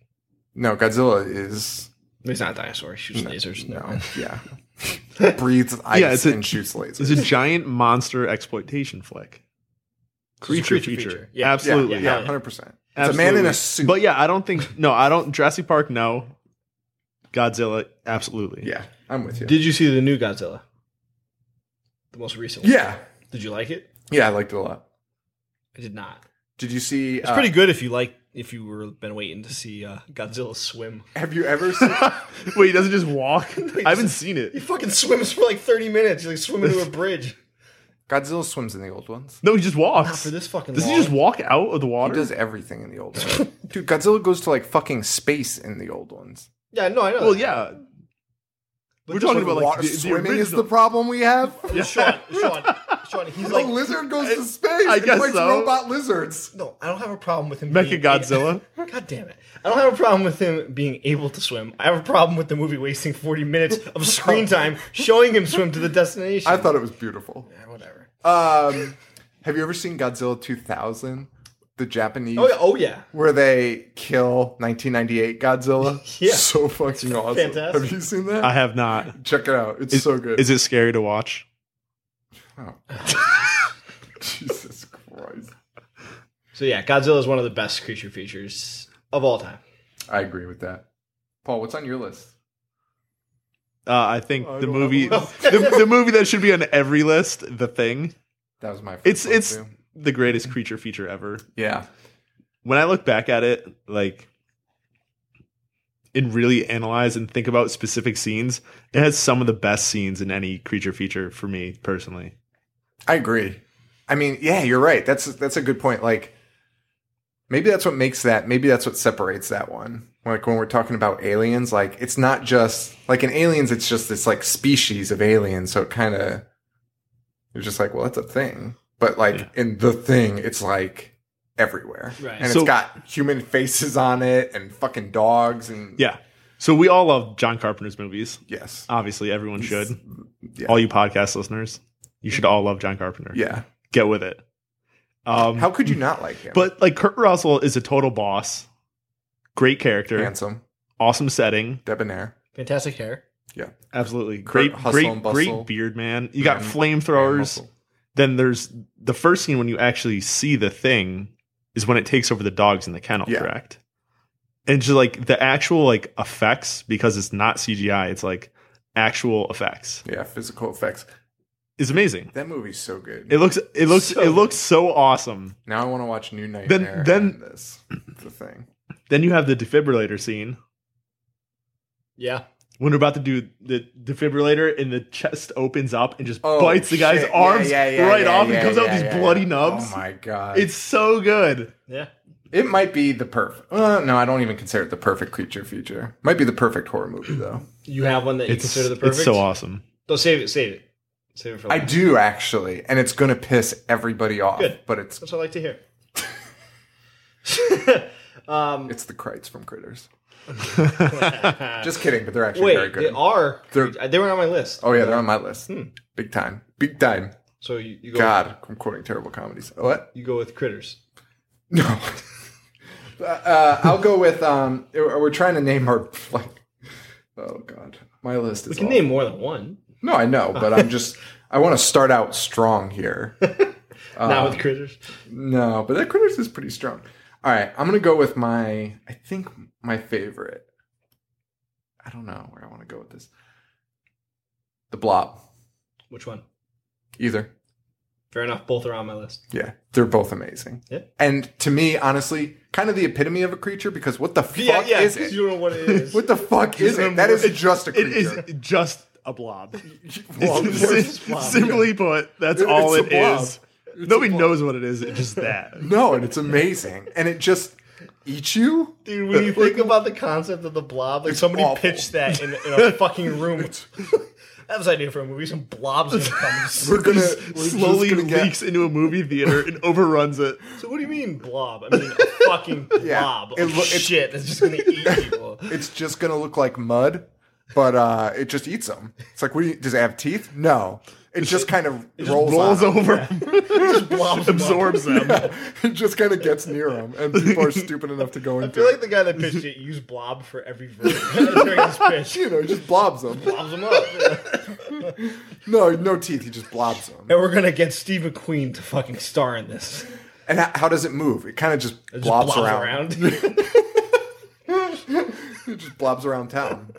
Speaker 3: No, Godzilla is.
Speaker 4: He's not a dinosaur. He shoots lasers. Never
Speaker 3: No.
Speaker 4: mind.
Speaker 3: Yeah. Breathes ice
Speaker 5: it's a-
Speaker 3: and shoots lasers.
Speaker 5: It's a giant monster exploitation flick. Creature,
Speaker 4: creature
Speaker 5: feature.
Speaker 4: feature. Yeah.
Speaker 5: Absolutely.
Speaker 3: Yeah, yeah, hundred percent. It's
Speaker 5: Absolutely.
Speaker 3: a man in a suit.
Speaker 5: But yeah, I don't think no, I don't Jurassic Park, no. Godzilla, absolutely.
Speaker 3: yeah, I'm with you.
Speaker 4: Did you see the new Godzilla? The most recent. one?
Speaker 3: yeah,
Speaker 4: Did you like it?
Speaker 3: yeah, I liked it a lot.
Speaker 4: I did not.
Speaker 3: Did you see?
Speaker 4: It's
Speaker 3: uh,
Speaker 4: pretty good if you like if you were been waiting to see uh, Godzilla swim.
Speaker 3: Have you ever seen?
Speaker 5: Wait, he doesn't just walk?
Speaker 4: he
Speaker 5: I haven't
Speaker 4: just-
Speaker 5: seen
Speaker 4: He
Speaker 5: it.
Speaker 4: fucking swims for like 30 minutes. He's like swimming to a bridge.
Speaker 3: Godzilla swims in the old ones.
Speaker 5: No, he just walks.
Speaker 4: Not for this fucking
Speaker 5: Does he
Speaker 4: long.
Speaker 5: just walk out of the water?
Speaker 3: He does everything in the old ones. Dude, Godzilla goes to like fucking space in the old ones.
Speaker 4: Yeah, no, I know.
Speaker 5: Well, yeah. We're talking about like
Speaker 3: Water
Speaker 5: the, the
Speaker 3: swimming is
Speaker 5: original-
Speaker 3: the problem we have.
Speaker 4: yeah. Sean, Sean, Sean, he's
Speaker 3: The
Speaker 4: like,
Speaker 3: lizard goes to space.
Speaker 5: I
Speaker 3: and
Speaker 5: guess
Speaker 3: fights
Speaker 5: so.
Speaker 3: Robot lizards.
Speaker 4: no, I don't have a problem with him. being-
Speaker 5: Mechagodzilla.
Speaker 4: God damn it! I don't have a problem with him being able to swim. I have a problem with the movie wasting 40 minutes of screen time showing him swim to the destination.
Speaker 3: I thought it was beautiful.
Speaker 4: Yeah, whatever.
Speaker 3: Um, have you ever seen Godzilla 2000? the Japanese
Speaker 4: Oh yeah, oh yeah.
Speaker 3: where they kill 1998 Godzilla.
Speaker 4: Yeah.
Speaker 3: so fucking awesome.
Speaker 4: fantastic.
Speaker 3: Have you seen that?
Speaker 5: I have not.
Speaker 3: Check it out. It's
Speaker 5: Is,
Speaker 3: so good.
Speaker 5: Is it scary to watch?
Speaker 3: Jesus Christ.
Speaker 4: So yeah, Godzilla is one of the best creature features of all time.
Speaker 3: I agree with that. Paul, what's on your list?
Speaker 5: Uh, I think
Speaker 3: Oh,
Speaker 5: the movie, the, the movie that should be on every list, The Thing.
Speaker 3: That was my first
Speaker 5: It's
Speaker 3: one,
Speaker 5: it's
Speaker 3: too.
Speaker 5: the greatest creature feature ever.
Speaker 3: Yeah.
Speaker 5: When I look back at it, like, and really analyze and think about specific scenes, it has some of the best scenes in any creature feature for me personally.
Speaker 3: I agree. I mean, yeah, you're right. That's that's a good point. Like maybe that's what makes that maybe that's what separates that one. Like when we're talking about aliens, like it's not just like in aliens it's just this like species of aliens, so it kind of you're just like, well, that's a thing. But like in the thing, it's like everywhere.
Speaker 4: Right.
Speaker 3: And
Speaker 5: So-
Speaker 3: it's got human faces on it and fucking dogs and
Speaker 5: Yeah. So we all love John Carpenter's movies.
Speaker 3: Yes.
Speaker 5: Obviously, everyone should.
Speaker 3: yeah.
Speaker 5: All you podcast listeners, you should all love John Carpenter.
Speaker 3: Yeah.
Speaker 5: Get with it. Um,
Speaker 3: How could you not like him?
Speaker 5: But like Kurt Russell is a total boss. Great character.
Speaker 3: handsome,
Speaker 5: Awesome setting.
Speaker 3: debonair.
Speaker 4: Fantastic hair.
Speaker 3: Yeah.
Speaker 5: Absolutely.
Speaker 3: Kurt
Speaker 5: Great
Speaker 3: Hustle
Speaker 5: great
Speaker 3: and Bustle.
Speaker 5: great beard man. You got
Speaker 3: Man-
Speaker 5: flamethrowers.
Speaker 3: muscle.
Speaker 5: Then there's the first scene when you actually see the thing is when it takes over the dogs in the kennel,
Speaker 3: Yeah.
Speaker 5: correct? And just like the actual like effects, because it's not CGI, it's like actual effects.
Speaker 3: Yeah, physical effects.
Speaker 5: Is amazing.
Speaker 3: That movie's so good.
Speaker 5: It looks it looks
Speaker 4: So-
Speaker 5: it looks so awesome.
Speaker 3: Now I want to watch New Nightmare.
Speaker 5: then-
Speaker 3: and this the thing.
Speaker 5: Then you have the defibrillator scene.
Speaker 4: Yeah.
Speaker 5: when they're about to do the defibrillator and the chest opens up and just
Speaker 3: Oh,
Speaker 5: bites the guy's
Speaker 3: shit. Yeah,
Speaker 5: arms
Speaker 3: yeah, yeah,
Speaker 5: right
Speaker 3: yeah,
Speaker 5: off
Speaker 3: yeah,
Speaker 5: and comes out
Speaker 3: yeah,
Speaker 5: with these
Speaker 3: yeah,
Speaker 5: bloody
Speaker 3: yeah.
Speaker 5: nubs.
Speaker 3: Oh my god!
Speaker 5: It's so good.
Speaker 4: Yeah.
Speaker 3: it might be the perfect. Uh, no, I don't even consider it the perfect creature feature. Might be the perfect horror movie though.
Speaker 4: You have one that you
Speaker 5: It's,
Speaker 4: consider the perfect.
Speaker 5: it's so awesome.
Speaker 4: Don't save it. Save it. Save it for.
Speaker 3: I
Speaker 4: last.
Speaker 3: do actually, and it's gonna piss everybody off.
Speaker 4: Good.
Speaker 3: But it's
Speaker 4: That's what I like to hear.
Speaker 3: it's the Krites from Critters. Just kidding, but they're actually very
Speaker 4: Wait,
Speaker 3: good.
Speaker 4: they are.
Speaker 3: They're-
Speaker 4: they were on my list.
Speaker 3: oh yeah, they're on my list.
Speaker 5: Hmm.
Speaker 3: Big time, big time.
Speaker 4: So you, you go.
Speaker 3: God, I'm quoting terrible comedies. What?
Speaker 4: You go with critters.
Speaker 3: No. uh, I'll go with um. We're trying to name our like. Oh God, my list is.
Speaker 4: You can
Speaker 3: all-
Speaker 4: name more than one.
Speaker 3: No, I know, but I'm just. I want to start out strong here. Um,
Speaker 4: Not with critters.
Speaker 3: No, but that critters is pretty strong. All right, I'm gonna go with my. I think my favorite. I don't know where I want to go with this. The blob,
Speaker 4: Which one?
Speaker 3: either.
Speaker 4: Fair enough. Both are on my list.
Speaker 3: Yeah, they're both amazing.
Speaker 4: Yeah.
Speaker 3: And to me, honestly, kind of the epitome of a creature because what the fuck is it?
Speaker 4: You don't know what it is.
Speaker 3: What the fuck is it? That is just a
Speaker 5: It
Speaker 3: creature.
Speaker 5: is just a blob.
Speaker 3: Well,
Speaker 5: It's
Speaker 3: of course.
Speaker 5: sim- Simply put, that's
Speaker 3: It-
Speaker 5: all
Speaker 3: it's
Speaker 5: it
Speaker 3: a blob.
Speaker 5: is. Nobody knows what it is. It's just that.
Speaker 3: no, and it's amazing, and it just eats you.
Speaker 4: Dude, when you think about the concept of the blob, like somebody
Speaker 3: awful.
Speaker 4: pitched that in, in a fucking room. that was an idea for a movie. Some blobs gonna come.
Speaker 3: We're gonna we're just
Speaker 5: Slowly
Speaker 3: gonna get-
Speaker 5: leaks into a movie theater and overruns it.
Speaker 4: so what do you mean blob? I mean a fucking blob.
Speaker 3: Yeah. It
Speaker 4: of
Speaker 3: loo- it's-
Speaker 4: shit that's just gonna eat people.
Speaker 3: It's just gonna look like mud, but uh, it just eats them. It's like, what do you, does it have teeth? No, it just kind of rolls,
Speaker 5: Rolls
Speaker 3: on 'em.
Speaker 5: over,
Speaker 4: Blobs them up.
Speaker 5: absorbs them.
Speaker 3: it just kind of gets near them, and people are stupid enough to go
Speaker 4: I
Speaker 3: into.
Speaker 4: feel like
Speaker 3: it.
Speaker 4: the guy that pitched it used blob for every verb during his pitch.
Speaker 3: You know, he just blobs them.
Speaker 4: Blobs them up.
Speaker 3: No, no teeth. He just blobs them.
Speaker 4: And we're gonna get Steve McQueen to fucking star in this.
Speaker 3: And how, how does it move? It kind of just
Speaker 4: Just
Speaker 3: blobs
Speaker 4: blob
Speaker 3: around.
Speaker 4: around.
Speaker 3: It just blobs around town,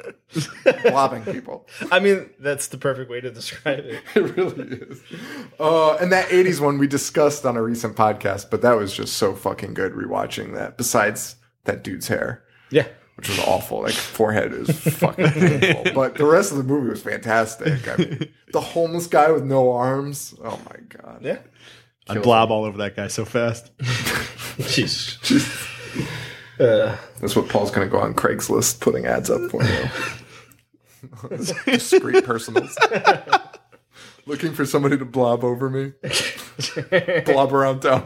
Speaker 3: blobbing people.
Speaker 4: I mean, that's the perfect way to describe it.
Speaker 3: It really is. Uh, and that 80s one we discussed on a recent podcast, but that was just so fucking good rewatching that. Besides that dude's hair,
Speaker 4: Yeah.
Speaker 3: which was awful. Like, forehead is fucking painful. But the rest of the movie was fantastic. I mean, the homeless guy with no arms. Oh my God.
Speaker 4: Yeah.
Speaker 5: I blob all over that guy so fast.
Speaker 4: Jeez.
Speaker 3: That's what Paul's going to go on Craigslist putting ads up for you. Discreet personals. Looking for somebody to blob over me. blob around town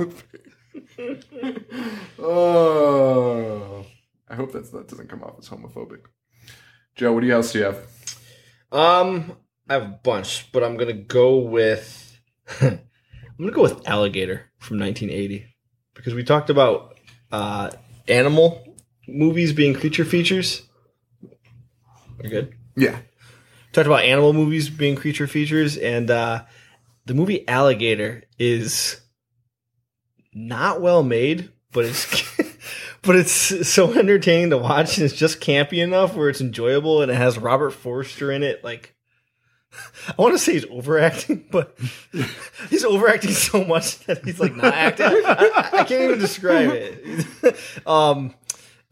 Speaker 3: with me. oh. I hope that's, that doesn't come off as homophobic. Joe, what do you else do you have?
Speaker 4: Um, I have a bunch, but I'm gonna go with I'm gonna go with alligator from 1980. because we talked about uh, animal movies being creature features. We're good.
Speaker 3: Yeah.
Speaker 4: Talked about animal movies being creature features, and uh, the movie Alligator is not well made, but it's but it's so entertaining to watch, and it's just campy enough where it's enjoyable, and it has Robert Forster in it, like. I want to say he's overacting, but he's overacting so much that he's like not acting. I, I can't even describe it. um,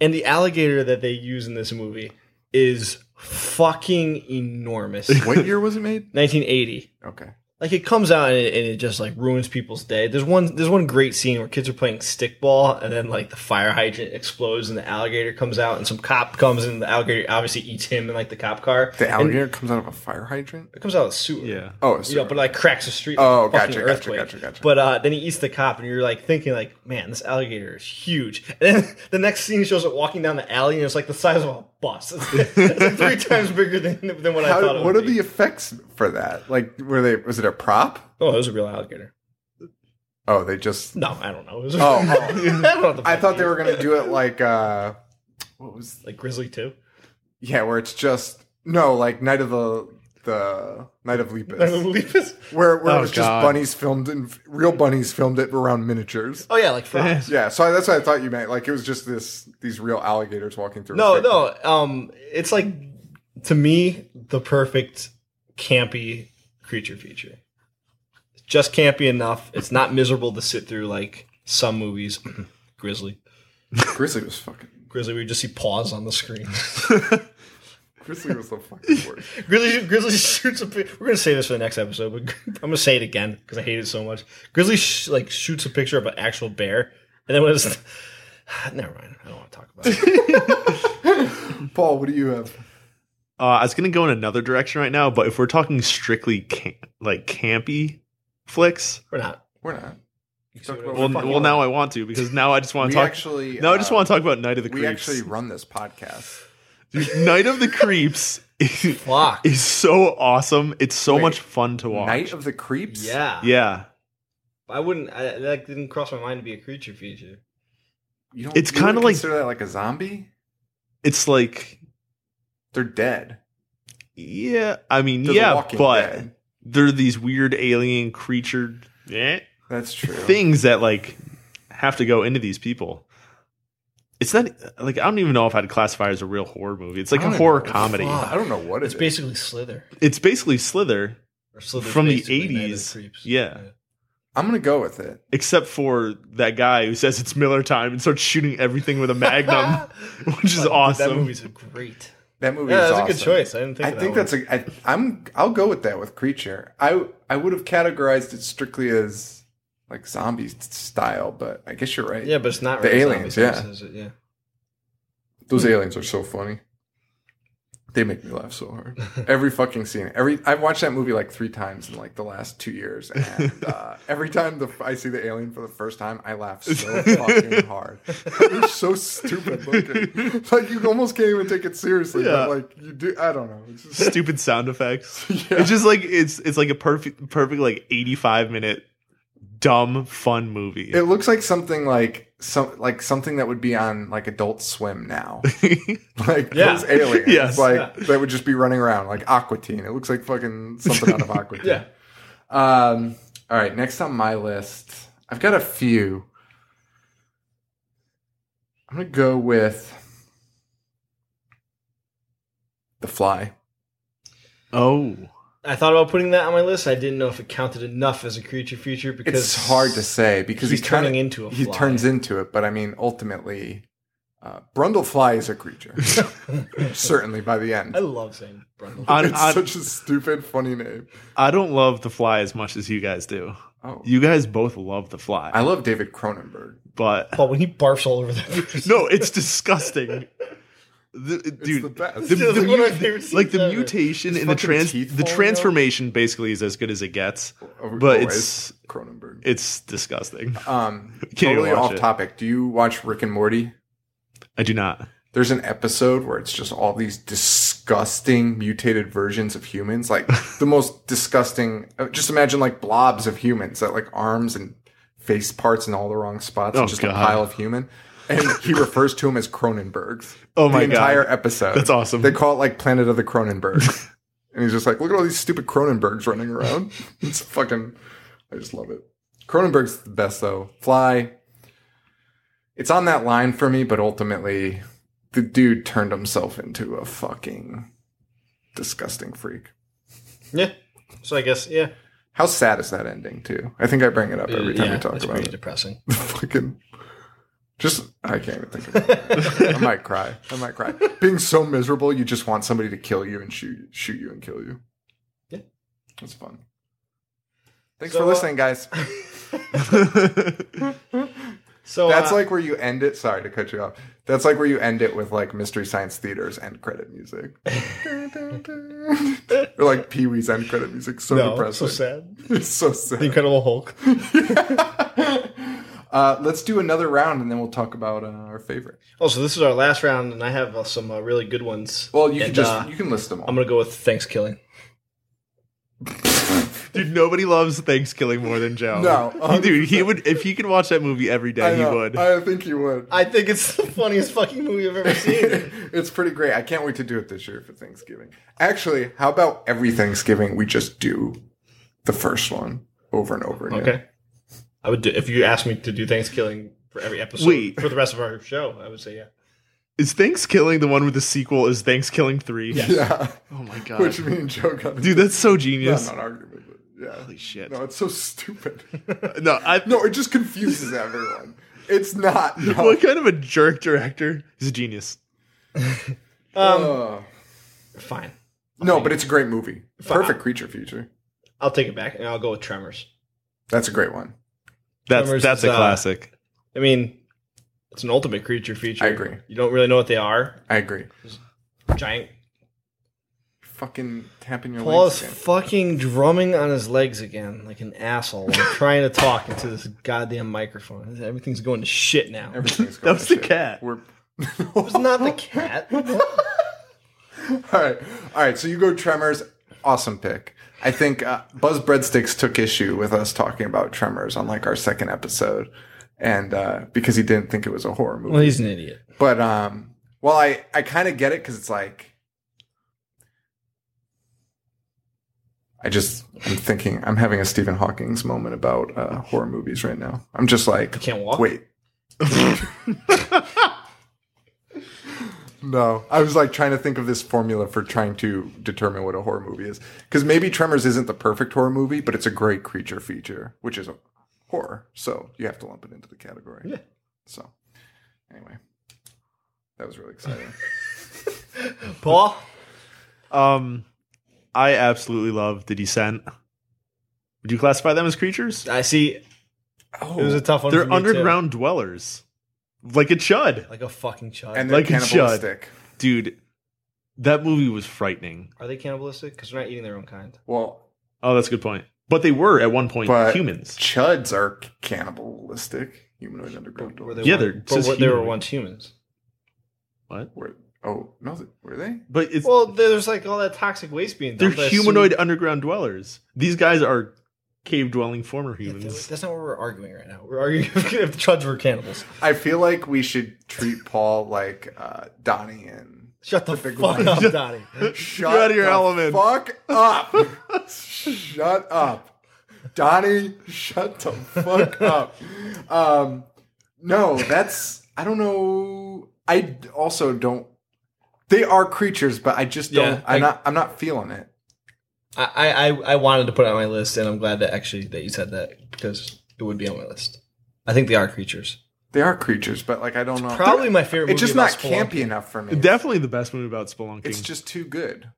Speaker 4: and the alligator that they use in this movie is fucking enormous.
Speaker 3: What year was it made?
Speaker 4: 1980
Speaker 3: Okay.
Speaker 4: like it comes out and it, and it just like ruins people's day. There's one there's one great scene where kids are playing stickball and then like the fire hydrant explodes and the alligator comes out and some cop comes in and the alligator obviously eats him in like the cop car.
Speaker 3: The
Speaker 4: And
Speaker 3: alligator comes out of a fire hydrant.
Speaker 4: it comes out of the sewer.
Speaker 5: Yeah.
Speaker 3: Oh, it's
Speaker 4: You know, but like cracks the street.
Speaker 3: Oh,
Speaker 4: like, fucking
Speaker 3: gotcha, gotcha,
Speaker 4: earthquake.
Speaker 3: gotcha, gotcha.
Speaker 4: But uh, then he eats the cop, and you're like thinking, like, man, this alligator is huge. And then the next scene shows it walking down the alley, and it's like the size of a bus. It's, like three times bigger than, than what I thought.
Speaker 3: How,
Speaker 4: It
Speaker 3: what
Speaker 4: would
Speaker 3: are
Speaker 4: be.
Speaker 3: the effects for that? Like, were they? Was it a prop?
Speaker 4: Oh, it was a real alligator.
Speaker 3: Oh, they just.
Speaker 4: No, I don't know. It was
Speaker 3: Oh,
Speaker 4: I
Speaker 3: oh.
Speaker 4: don't know what the
Speaker 3: I
Speaker 4: fuck
Speaker 3: thought
Speaker 4: it
Speaker 3: they
Speaker 4: is.
Speaker 3: were gonna do it like. uh What was?
Speaker 4: like Grizzly too.
Speaker 3: Yeah, where it's just no, like Night of the the Night of Lepus, where where it
Speaker 5: Oh,
Speaker 3: was just
Speaker 5: God.
Speaker 3: bunnies filmed in real bunnies filmed it around miniatures.
Speaker 4: Oh yeah, like frogs.
Speaker 3: Yeah, so that's what I thought you meant. Like it was just this these real alligators walking through. a
Speaker 4: No,
Speaker 3: fake-
Speaker 4: no. Um, it's like to me the perfect campy creature feature. Just campy enough. It's not miserable to sit through like some movies. Grizzly,
Speaker 3: Grizzly was fucking.
Speaker 4: Grizzly, we just see paws on the screen.
Speaker 3: Grizzly was the fucking worst.
Speaker 4: Grizzly, Grizzly shoots a. Pi- We're gonna say this for the next episode, but I'm gonna say it again because I hate it so much. Grizzly sh- like shoots a picture of an actual bear, and then when it's never mind. I don't want to talk about it.
Speaker 3: Paul, what do you have?
Speaker 5: Uh, I was gonna go in another direction right now, but if we're talking strictly cam- like campy flicks,
Speaker 4: We're not.
Speaker 3: We're not. You talk about
Speaker 5: well, well, now I want to because now I just want
Speaker 3: we
Speaker 5: to talk.
Speaker 3: actually
Speaker 5: now I just
Speaker 3: uh,
Speaker 5: want to talk about Night of the
Speaker 3: We
Speaker 5: Creeps.
Speaker 3: actually run this podcast.
Speaker 5: Dude, Night of the Creeps is,
Speaker 4: Fuck.
Speaker 5: is so awesome. It's so
Speaker 3: Wait.
Speaker 5: much fun to watch.
Speaker 3: Night of the Creeps.
Speaker 4: Yeah.
Speaker 5: yeah,
Speaker 4: I wouldn't. I, that didn't cross my mind to be a creature feature.
Speaker 3: You don't,
Speaker 5: It's
Speaker 3: you don't
Speaker 5: kinda like-
Speaker 3: consider that like a zombie.
Speaker 5: it's like
Speaker 3: They're dead.
Speaker 5: yeah. I mean,
Speaker 3: They're the
Speaker 5: yeah,
Speaker 3: Walking
Speaker 5: but
Speaker 3: Dead.
Speaker 5: they're these weird alien creature eh,
Speaker 3: That's true.
Speaker 5: things that like have to go into these people. It's not like I don't even know if I'd classify it as a real horror movie. It's like
Speaker 3: I
Speaker 5: a
Speaker 3: don't
Speaker 5: horror
Speaker 3: know.
Speaker 5: comedy.
Speaker 3: Fuck, I don't know what
Speaker 4: It's
Speaker 3: it is.
Speaker 4: basically Slither.
Speaker 5: It's basically Slither,
Speaker 4: Or Slither's
Speaker 5: From the
Speaker 4: basically Night of
Speaker 5: 80s.
Speaker 4: Creeps.
Speaker 5: Yeah.
Speaker 3: I'm gonna go with it.
Speaker 5: except for that guy who says it's Miller time and starts shooting everything with a magnum, which is
Speaker 4: Fuck,
Speaker 5: awesome.
Speaker 4: That movie's great.
Speaker 3: That movie.
Speaker 4: Yeah,
Speaker 3: is
Speaker 4: that's
Speaker 3: awesome.
Speaker 4: a good choice. I didn't think.
Speaker 3: I
Speaker 4: of
Speaker 3: think
Speaker 4: that
Speaker 3: that's a. I, I'm. I'll go with that with creature. I I would have categorized it strictly as like zombie style, but I guess you're right.
Speaker 4: one. Yeah, but it's not
Speaker 3: The
Speaker 4: really
Speaker 3: aliens,
Speaker 4: zombies,
Speaker 3: yeah.
Speaker 4: is it? yeah.
Speaker 3: Those aliens are so funny. They make me laugh so hard. Every fucking scene. Every I've watched that movie like three times in like the last two years, and uh, every time the I see the alien for the first time, I laugh so fucking hard. They're so stupid looking. Like you almost can't even take it seriously.
Speaker 5: Yeah.
Speaker 3: But like you do. I don't know. It's just,
Speaker 5: Stupid sound effects. It's just like it's it's like a perfect perfect like eighty five minute dumb fun movie.
Speaker 3: it looks like something like some like something that would be on like Adult Swim now. Like
Speaker 4: Yeah.
Speaker 3: those aliens,
Speaker 5: Yes.
Speaker 3: like that would just be running around like Aqua Teen. It looks like fucking something out of Aqua Teen.
Speaker 4: Yeah.
Speaker 3: Um, all right, next on my list, I've got a few. I'm gonna go with the fly.
Speaker 5: oh,
Speaker 4: I thought about putting that on my list. I didn't know if it counted enough as a creature feature because
Speaker 3: It's hard to say because
Speaker 4: he's
Speaker 3: he kinda-
Speaker 4: turning into a
Speaker 3: he
Speaker 4: fly.
Speaker 3: turns into it, but I mean ultimately, uh, Brundlefly is a creature, certainly by the end.
Speaker 4: I love saying Brundle.
Speaker 5: I,
Speaker 3: It's
Speaker 5: I,
Speaker 3: such a stupid, funny name.
Speaker 5: I don't love The Fly as much as you guys do.
Speaker 3: Oh,
Speaker 5: You guys both love The Fly,
Speaker 3: I love David Cronenberg.
Speaker 5: but
Speaker 4: but when he barfs all over the person,
Speaker 5: no, it's disgusting. The, dude,
Speaker 3: the best.
Speaker 5: the-
Speaker 3: It's
Speaker 5: the
Speaker 4: like one of my
Speaker 5: mu-
Speaker 4: favorite scenes
Speaker 5: like the
Speaker 4: ever.
Speaker 5: mutation
Speaker 3: His
Speaker 5: and the
Speaker 3: fucking
Speaker 5: trans,
Speaker 3: teeth
Speaker 5: the
Speaker 3: falling out.
Speaker 5: transformation basically is as good as it gets,
Speaker 3: Oh,
Speaker 5: but
Speaker 3: oh,
Speaker 5: it's
Speaker 3: Cronenberg.
Speaker 5: it's disgusting.
Speaker 3: Um,
Speaker 5: even
Speaker 3: totally
Speaker 5: watch
Speaker 3: off
Speaker 5: it.
Speaker 3: topic. Do you watch Rick and Morty?
Speaker 5: I do not.
Speaker 3: There's an episode where it's just all these disgusting mutated versions of humans, like the most disgusting. uh, Just imagine like blobs of humans that like arms and face parts in all the wrong spots.
Speaker 5: Oh,
Speaker 3: and just a
Speaker 5: God.
Speaker 3: pile of human. And he refers to him as Cronenbergs.
Speaker 5: Oh, my
Speaker 3: the
Speaker 5: God.
Speaker 3: entire episode.
Speaker 5: That's awesome.
Speaker 3: They call it like Planet of the Cronenberg. and he's just like, look at all these stupid Cronenbergs running around. It's fucking. I just love it. Cronenberg's the best though. Fly. It's on that line for me, but ultimately, the dude turned himself into a fucking disgusting freak.
Speaker 4: Yeah. So I guess yeah.
Speaker 3: How sad is that ending too? I think I bring it up every time
Speaker 4: yeah,
Speaker 3: we talk
Speaker 4: that's
Speaker 3: about
Speaker 4: pretty
Speaker 3: it.
Speaker 4: depressing.
Speaker 3: Fucking just I can't even think of it. I might cry. I might cry. Being so miserable, you just want somebody to kill you and shoot shoot you and kill you.
Speaker 4: Yeah.
Speaker 3: That's fun. Thanks
Speaker 4: So,
Speaker 3: for
Speaker 4: uh,
Speaker 3: listening, guys.
Speaker 4: So
Speaker 3: That's
Speaker 4: uh,
Speaker 3: like where you end it. Sorry to cut you off. That's like where you end it with like Mystery Science Theater's end credit music. or like Pee Wee's end credit music. So
Speaker 4: oh,
Speaker 6: No,
Speaker 3: depressing.
Speaker 6: so sad.
Speaker 3: It's so sad.
Speaker 6: The Incredible Hulk.
Speaker 3: Uh, let's do another round and then we'll talk about uh, our favorite.
Speaker 4: oh, so this is our last round, and I have uh, some uh, really good ones.
Speaker 3: Well, you can
Speaker 4: And,
Speaker 3: just
Speaker 4: uh,
Speaker 3: you can list them all.
Speaker 4: I'm gonna go with Thanksgiving.
Speaker 5: Dude, nobody loves Thanksgiving more than Joe.
Speaker 3: No,
Speaker 5: dude, he would if he could watch that movie every
Speaker 3: I
Speaker 5: day. He
Speaker 3: know.
Speaker 5: would.
Speaker 3: I think you would.
Speaker 4: I think it's the funniest fucking movie I've ever seen.
Speaker 3: it's pretty great. I can't wait to do it this year for Thanksgiving. Actually, how about every Thanksgiving we just do the first one over and over again?
Speaker 4: okay. I would do if you asked me to do Thanksgiving for every episode
Speaker 5: Wait.
Speaker 4: for the rest of our show. I would say yeah.
Speaker 5: Is Thanksgiving the one with the sequel? Is Thanksgiving three?
Speaker 3: Yeah.
Speaker 5: Oh my god,
Speaker 3: Which me and Joe got
Speaker 5: dude, that's so
Speaker 3: not
Speaker 5: genius.
Speaker 3: an argument, but yeah. Holy
Speaker 5: shit.
Speaker 3: No, it's so stupid.
Speaker 5: No, I
Speaker 3: no, it just confuses everyone. It's not. No.
Speaker 5: What kind of a jerk director? He's a genius.
Speaker 3: Ugh.
Speaker 4: Fine.
Speaker 3: no, but it's a great movie. Perfect creature feature.
Speaker 4: I'll take it back and I'll go with Tremors.
Speaker 3: That's a great one.
Speaker 5: That's
Speaker 4: Tremors
Speaker 5: that's
Speaker 4: is,
Speaker 5: a
Speaker 4: uh,
Speaker 5: classic.
Speaker 4: I mean, it's an ultimate creature feature.
Speaker 3: I agree.
Speaker 4: You don't really know what they are.
Speaker 3: I agree.
Speaker 4: Giant.
Speaker 3: Fucking tapping your
Speaker 4: Paul
Speaker 3: legs.
Speaker 4: is
Speaker 3: Again.
Speaker 4: fucking drumming on his legs again like an asshole. I'm trying to talk into this goddamn microphone. Everything's going to shit now.
Speaker 3: Everything's going
Speaker 5: That was
Speaker 3: to
Speaker 5: the
Speaker 3: shit.
Speaker 5: cat.
Speaker 3: We're
Speaker 4: It's not the cat.
Speaker 3: all right. All right. So you go Tremors. Awesome pick. I think uh, Buzz Breadsticks took issue with us talking about Tremors on like our second episode, and uh, because he didn't think it was a horror movie.
Speaker 4: well, he's an idiot.
Speaker 3: But um, well, I I kind of get it because it's like I just I'm thinking I'm having a Stephen Hawking's moment about uh, horror movies right now. I'm just like
Speaker 4: Oh. can't walk?
Speaker 3: Wait. No, I was like trying to think of this formula for trying to determine what a horror movie is. Because maybe Tremors isn't the perfect horror movie, but it's a great creature feature, which is a horror. So you have to lump it into the category. Yeah. So, anyway, that was really exciting.
Speaker 4: Paul?
Speaker 5: Um, I absolutely love The Descent. Would you classify them as creatures?
Speaker 4: I see.
Speaker 3: oh,
Speaker 4: It was a tough one. for
Speaker 5: They're
Speaker 4: me, too.
Speaker 5: underground dwellers, like a chud,
Speaker 4: Like a fucking child.
Speaker 3: and they're
Speaker 5: like it should.
Speaker 3: cannibalistic.
Speaker 5: dude. That movie was frightening.
Speaker 4: are they cannibalistic? Because they're not eating their own kind.
Speaker 3: Well,
Speaker 5: Oh, that's a good point. But they were at one point
Speaker 3: but
Speaker 5: humans.
Speaker 3: Chuds are cannibalistic. Humanoid underground.
Speaker 4: Were they
Speaker 5: Yeah,
Speaker 4: one-
Speaker 5: they're
Speaker 4: but
Speaker 5: just
Speaker 4: were- they were
Speaker 5: humanoid.
Speaker 4: once humans.
Speaker 5: What?
Speaker 3: Were- oh no, th- were they?
Speaker 5: But it's
Speaker 4: Well, there's like all that toxic waste being.
Speaker 5: they're
Speaker 4: dumped. I assume-
Speaker 5: humanoid underground dwellers. These guys are cave dwelling former
Speaker 4: Yeah, th-
Speaker 5: humans.
Speaker 4: That's not what we're arguing right now. We're arguing if, if the chuds were cannibals.
Speaker 3: I feel like we should treat Paul like uh, Donnie and
Speaker 4: Shut the,
Speaker 3: big
Speaker 4: fuck
Speaker 3: one.
Speaker 4: up, Donnie.
Speaker 3: Shut
Speaker 5: You're out of your
Speaker 3: the
Speaker 5: element.
Speaker 3: Fuck up. shut up. Donnie, shut the fuck up. Um, no, that's I don't know. I d- also don't they are creatures, but I just don't
Speaker 4: Yeah,
Speaker 3: I'm
Speaker 4: I-
Speaker 3: not I'm not feeling it.
Speaker 4: I, I, I- I wanted to put it on my list, and I'm glad that actually that you said that because it would be on my list. I think they are creatures.
Speaker 3: They are creatures, but like I don't know.
Speaker 4: Probably my favorite.
Speaker 3: it's
Speaker 4: movie
Speaker 3: just not
Speaker 4: about
Speaker 3: campy enough for me.
Speaker 5: Definitely the best movie about spelunking.
Speaker 3: It's just too good.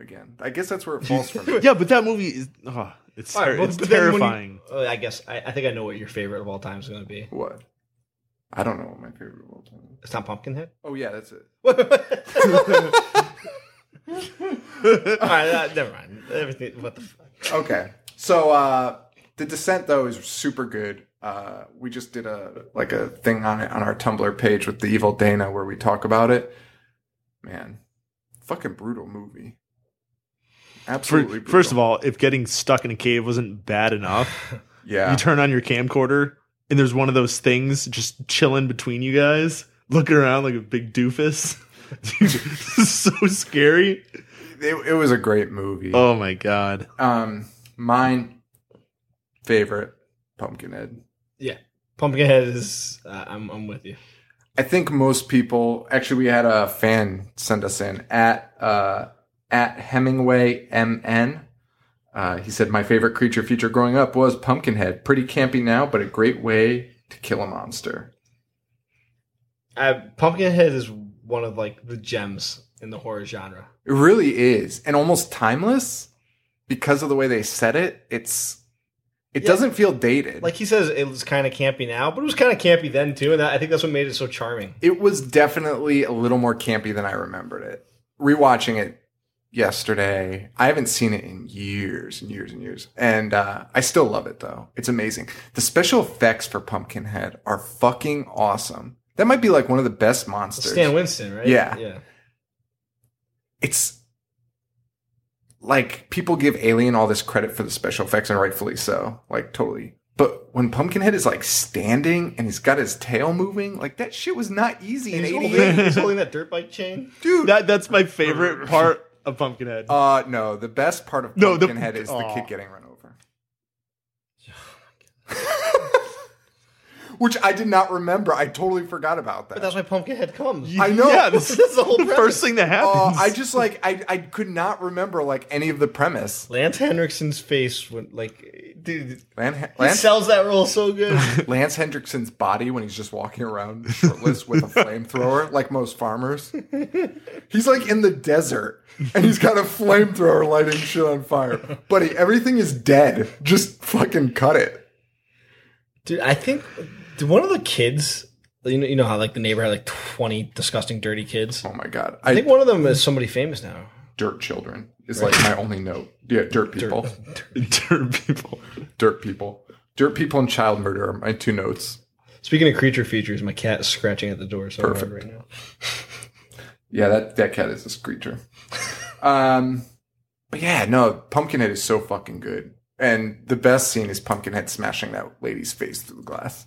Speaker 3: Again. I guess that's where it falls for me.
Speaker 5: yeah, but that movie is oh, it's
Speaker 4: All right,
Speaker 5: ter-
Speaker 4: well,
Speaker 5: it's
Speaker 4: but then when you-
Speaker 5: terrifying.
Speaker 4: Oh, I guess I, I think I know what your favorite of all time is going to be.
Speaker 3: What? I don't know what my favorite of all time is.
Speaker 4: It's not Pumpkinhead.
Speaker 3: Oh yeah, that's it.
Speaker 4: all right, uh, never mind. Everything. What the fuck?
Speaker 3: Okay. So uh the descent though is super good. Uh we just did a like a thing on it on our Tumblr page with the evil Dana where we talk about it. Man, fucking brutal movie.
Speaker 5: For-
Speaker 3: Absolutely brutal.
Speaker 5: first of all, if getting stuck in a cave wasn't bad enough,
Speaker 3: yeah.
Speaker 5: you turn on your camcorder and there's one of those things just chilling between you guys, looking around like a big doofus. Dude, this is so scary.
Speaker 3: It, it was a great movie.
Speaker 5: Oh my god.
Speaker 3: Um, mine favorite Pumpkinhead.
Speaker 4: Yeah, Pumpkinhead is. Uh, I'm I'm with you.
Speaker 3: I think most people actually we had a fan send us in at uh, at Hemingway MN. Uh, he said my favorite creature feature growing up was Pumpkinhead. Pretty campy now, but a great way to kill a monster.
Speaker 4: I, Pumpkinhead Uh, is one of like the gems in the horror genre.
Speaker 3: It really is, and almost timeless because of the way they said it. It's it
Speaker 4: Yeah.
Speaker 3: doesn't feel dated.
Speaker 4: Like he says, it was kind of campy now, but it was kind of campy then too, and that, I think that's what made it so charming.
Speaker 3: it was definitely a little more campy than I remembered it. Rewatching it yesterday, I haven't seen it in years and years and years, and uh, I still love it though. It's amazing. The special effects for Pumpkinhead are fucking awesome. That might be like one of the best monsters.
Speaker 4: Stan Winston, right?
Speaker 3: Yeah.
Speaker 4: yeah.
Speaker 3: it's like people give Alien all this credit for the special effects, and rightfully so. Like totally. But when Pumpkinhead is like standing and he's got his tail moving, like that shit was not easy in
Speaker 4: And he's
Speaker 3: '88.
Speaker 4: holding, he's holding that dirt bike chain.
Speaker 3: Dude,
Speaker 5: That that's my favorite part of Pumpkinhead.
Speaker 3: Uh, no. The best part of
Speaker 5: No, the-
Speaker 3: Pumpkinhead is the
Speaker 5: Aw. Oh
Speaker 3: kid getting run over. Which I did not remember. I totally forgot about that.
Speaker 4: But that's why Pumpkinhead comes.
Speaker 3: I know.
Speaker 5: Yeah, this is
Speaker 4: That's the whole
Speaker 5: the
Speaker 4: premise.
Speaker 5: first thing that
Speaker 3: Uh,
Speaker 5: happens.
Speaker 3: I just like I, I could not remember like any of the premise.
Speaker 4: Lance Henriksen's face when like dude
Speaker 3: Lan-
Speaker 4: he
Speaker 3: Lance,
Speaker 4: sells that role so good.
Speaker 3: Lance Hendrickson's body when he's just walking around shirtless with a flamethrower, like most farmers. He's like in the desert and he's got a flamethrower lighting shit on fire. Buddy, everything is dead. Just fucking cut it.
Speaker 4: Dude, I think did one of the kids you know, you know how like the neighbor had like twenty disgusting dirty kids.
Speaker 3: Oh my god.
Speaker 4: I think one of them is somebody famous now.
Speaker 3: dirt children is like my only note. Yeah, dirt people. Dirt.
Speaker 5: Turn
Speaker 3: people.
Speaker 5: people.
Speaker 3: Dirt people and child murder are my two notes.
Speaker 4: Speaking of creature features, my cat is scratching at the door so hard
Speaker 3: Perfect.
Speaker 4: right now.
Speaker 3: Yeah, that, that cat is a screecher. Um but yeah, no, Pumpkinhead is so fucking good. And the best scene is Pumpkinhead smashing that lady's face through the glass.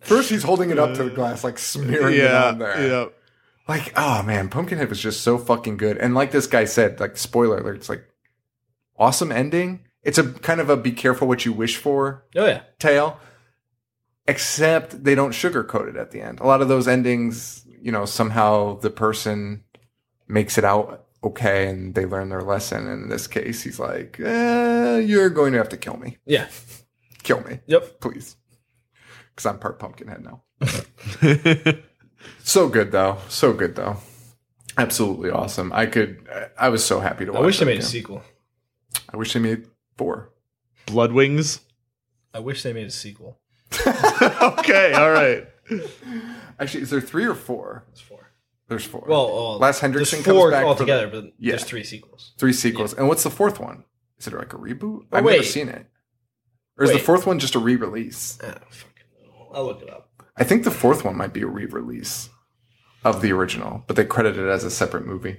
Speaker 3: First he's holding it up to the glass, like smearing it
Speaker 5: Yeah,
Speaker 3: on there.
Speaker 5: yeah.
Speaker 3: Like, oh man, Pumpkinhead was just so fucking good. And like this guy said, like spoiler alert, it's like awesome ending. It's a kind of a be careful what you wish for
Speaker 4: Oh yeah.
Speaker 3: tale, except they don't sugarcoat it at the end. A lot of those endings, you know, somehow the person makes it out okay and they learn their lesson. And in this case, he's like, eh, you're going to have to kill me.
Speaker 4: Yeah.
Speaker 3: Kill me,
Speaker 4: Yep.
Speaker 3: please. Because I'm part pumpkinhead now. so good, though. So good, though. Absolutely awesome. I could, I- I was so happy to watch
Speaker 4: I wish they
Speaker 3: that
Speaker 4: made a
Speaker 3: again.
Speaker 4: sequel.
Speaker 3: I wish they made four.
Speaker 5: Blood wings.
Speaker 4: I wish they made a sequel.
Speaker 5: Okay, all right.
Speaker 3: Actually, is there three or four?
Speaker 4: It's four.
Speaker 3: There's four.
Speaker 4: Well, uh,
Speaker 3: Last
Speaker 4: There's
Speaker 3: Hendrickson
Speaker 4: four
Speaker 3: comes back for the-
Speaker 4: altogether, but
Speaker 3: Yeah.
Speaker 4: there's three sequels.
Speaker 3: Three sequels. And what's the fourth one? Is it like a reboot? I've never
Speaker 4: wait.
Speaker 3: seen it. Or is the
Speaker 4: Wait.
Speaker 3: fourth one just a re release?
Speaker 4: Ah, fucking no. I'll look it up.
Speaker 3: I think the fourth one might be a re release of the original, but they credit it as a separate movie.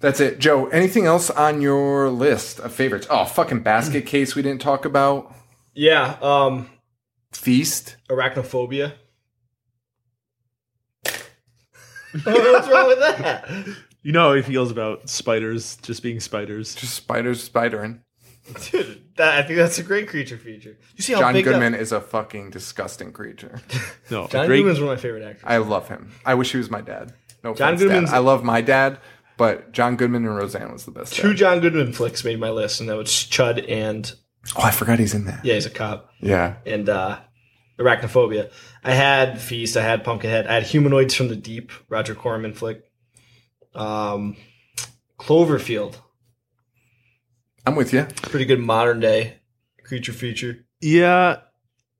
Speaker 3: That's it. Joe, anything else on your list of favorites? Oh, fucking basket case we didn't talk about.
Speaker 4: Yeah, um,
Speaker 3: Feast.
Speaker 4: arachnophobia. What's wrong with that?
Speaker 5: You know how he feels about spiders just being spiders.
Speaker 3: Just spiders spidering.
Speaker 4: Dude, that, I think that's a great creature feature. You see how
Speaker 3: John
Speaker 4: Oh, big uh,
Speaker 3: Goodman
Speaker 4: That,
Speaker 3: is a fucking disgusting creature.
Speaker 5: No,
Speaker 4: John
Speaker 5: great
Speaker 4: Goodman's one of my favorite actors.
Speaker 3: I love him. I wish he was my dad. No
Speaker 4: John
Speaker 3: offense, Dad.
Speaker 4: Goodman's-
Speaker 3: I love my dad, but John Goodman and Roseanne was the best.
Speaker 4: Two
Speaker 3: dad.
Speaker 4: John Goodman flicks made my list, and that was Chud and
Speaker 3: Oh, I forgot he's in that.
Speaker 4: yeah, he's a cop
Speaker 3: Yeah.
Speaker 4: and uh, arachnophobia. I had Feast, I had Pumpkinhead, I had Humanoids from the Deep, Roger Corman flick, um, Cloverfield,
Speaker 3: I'm with you.
Speaker 4: pretty good modern day creature feature.
Speaker 5: Yeah,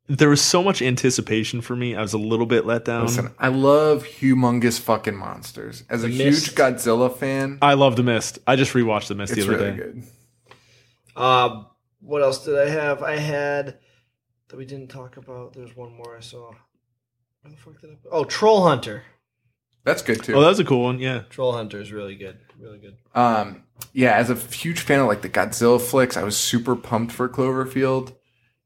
Speaker 5: there was so much anticipation for me. I was a little bit let down.
Speaker 3: Listen, I love humongous fucking monsters. As a
Speaker 4: The
Speaker 3: huge
Speaker 4: Mist.
Speaker 3: Godzilla fan,
Speaker 5: I love The Mist. I just rewatched The Mist
Speaker 3: it's
Speaker 5: the other
Speaker 3: really
Speaker 5: day.
Speaker 3: good.
Speaker 4: Uh, what else did I have? I had that we didn't talk about. There's one more I saw. Where the fuck did I? Put? Oh, Troll Hunter.
Speaker 3: That's good too.
Speaker 5: Oh, that was a cool one. Yeah,
Speaker 4: Troll Hunter is really good. Really good.
Speaker 3: um, yeah, as a huge fan of like the Godzilla flicks, I was super pumped for Cloverfield.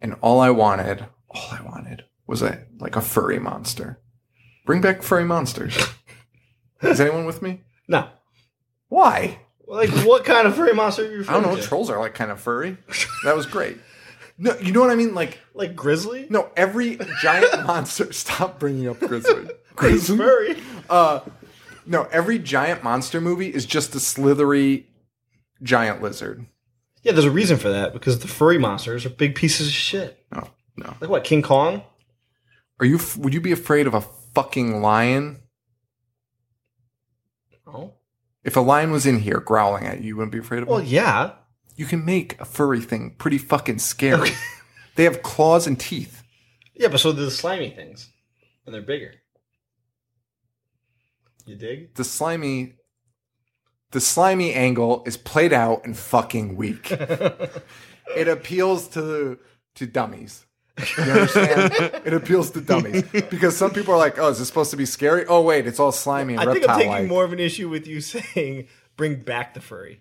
Speaker 3: and all I wanted, all I wanted was a like a furry monster. Bring back furry monsters. Is anyone with me?
Speaker 7: No.
Speaker 3: Why?
Speaker 7: Like, what kind of furry monster are you
Speaker 3: I don't
Speaker 7: referring
Speaker 3: know.
Speaker 7: to?
Speaker 3: Trolls are like kind of furry. That was great. No, you know what I mean? Like,
Speaker 7: like grizzly?
Speaker 3: no, every giant monster. Stop bringing up Grizzly.
Speaker 7: He's
Speaker 3: Grizzly.
Speaker 7: furry.
Speaker 3: No, every giant monster movie is just a slithery giant lizard.
Speaker 7: Yeah, there's a reason for that because the furry monsters are big pieces of shit.
Speaker 3: No, no.
Speaker 7: Like what? King Kong?
Speaker 3: Are you? f- Would you be afraid of a fucking lion?
Speaker 7: Oh.
Speaker 3: If a lion was in here growling at you, you wouldn't be afraid of
Speaker 7: Well,
Speaker 3: him.
Speaker 7: yeah.
Speaker 3: You can make a furry thing pretty fucking scary. They have claws and teeth.
Speaker 7: Yeah, but so do the slimy things, and they're bigger. You dig?
Speaker 3: The slimy, the slimy angle is played out and fucking weak. it appeals to to dummies. You understand? it appeals to dummies because some people are like, "Oh, is this supposed to be scary? Oh, wait, it's all slimy and
Speaker 7: I think I'm
Speaker 3: reptile-like."
Speaker 7: taking more of an issue with you saying bring back the furry,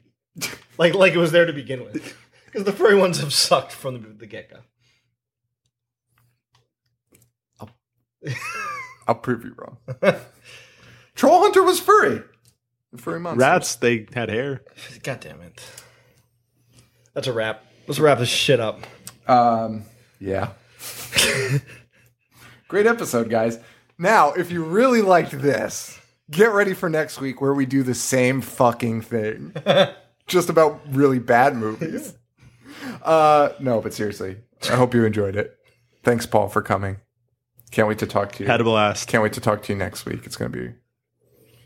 Speaker 7: like like it was there to begin with, because the furry ones have sucked from the, the get go.
Speaker 3: I'll prove you wrong. Troll Hunter was furry. Furry monster.
Speaker 5: Rats, they had hair.
Speaker 7: God damn it! That's a wrap. Let's wrap this shit up.
Speaker 3: Um, yeah. Great episode, guys. Now, if you really liked this, get ready for next week where we do the same fucking thing. Just about really bad movies. Uh, no, but seriously, I hope you enjoyed it. Thanks, Paul, for coming. Can't wait to talk to you.
Speaker 5: Had a blast.
Speaker 3: Can't wait to talk to you next week. It's going to be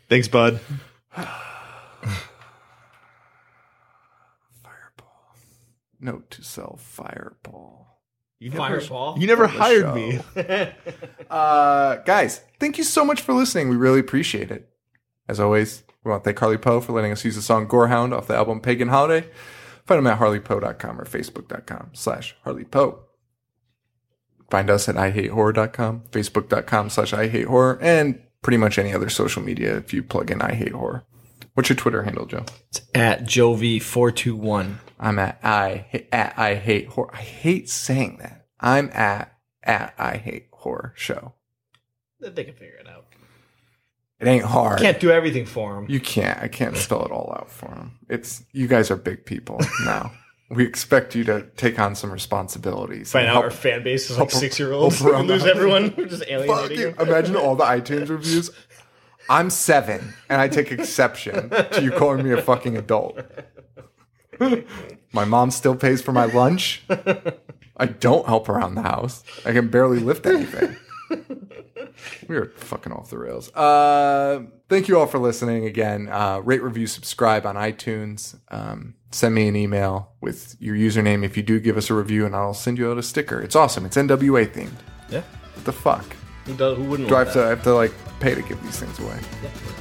Speaker 5: Thanks, bud.
Speaker 3: Fireball. Note to self, Fireball.
Speaker 5: You
Speaker 7: Fireball.
Speaker 5: You never
Speaker 3: the
Speaker 5: hired
Speaker 3: show.
Speaker 5: me.
Speaker 3: Uh, guys, thank you so much for listening. We really appreciate it. As always, we want to thank Harley Poe for letting us use the song Gorehound off the album Pagan Holiday. Find him at harleypoe.com or facebook.com slash harley poe. Find us at ihatehorror.com, facebook.com slash ihatehorror, and pretty much any other social media if you plug in I Hate Horror. What's your Twitter handle, Joe?
Speaker 7: At Jovi four two one.
Speaker 3: I'm at I ha- at I hate horror. I hate saying that. I'm at at I hate horror show.
Speaker 7: They can figure it out.
Speaker 3: It ain't hard.
Speaker 7: Can't do everything for them.
Speaker 3: You can't. I can't spell it all out for him. It's you guys are big people now. we expect you to take on some responsibilities.
Speaker 7: Find
Speaker 3: and
Speaker 7: out
Speaker 3: help-
Speaker 7: our fan base is like
Speaker 3: help-
Speaker 7: six year olds.
Speaker 3: help around
Speaker 7: Lose
Speaker 3: that.
Speaker 7: everyone. We're just
Speaker 3: Fuck
Speaker 7: alienating.
Speaker 3: you.
Speaker 7: them.
Speaker 3: Imagine all the iTunes reviews. I'm seven, and I take exception to you calling me a fucking adult. my mom still pays for my lunch. I don't help around the house. I can barely lift anything. we are fucking off the rails. Uh, thank you all for listening again. Uh, rate, review, subscribe on iTunes. Um, send me an email with your username if you do give us a review, and I'll send you out a sticker. It's awesome. It's NWA themed.
Speaker 7: Yeah.
Speaker 3: What the fuck?
Speaker 7: Who, does, who wouldn't?
Speaker 3: Do I
Speaker 7: want
Speaker 3: have
Speaker 7: that?
Speaker 3: to, I have to like pay to give these things away?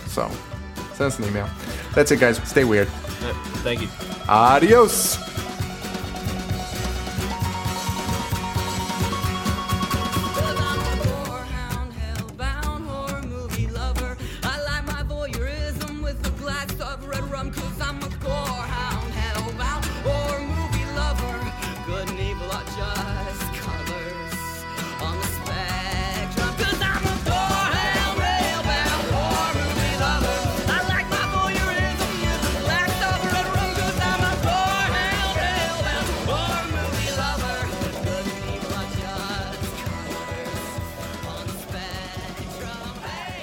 Speaker 3: So send us an email. That's it, guys. Stay weird.
Speaker 7: Thank you.
Speaker 3: Adios.
Speaker 2: Well, I'm a whorehound, hellbound horror movie lover. I like my voyeurism with a glass of red rum, cause I'm a whorehound, hellbound horror movie lover. Good and evil are just colors on the spectrum, cause I'm a whorehound, hellbound horror movie lover. I like my voyeurism with a glass of red rum, cause I'm a whorehound, hellbound horror movie lover. Good and evil are just on the spectrum. Hey.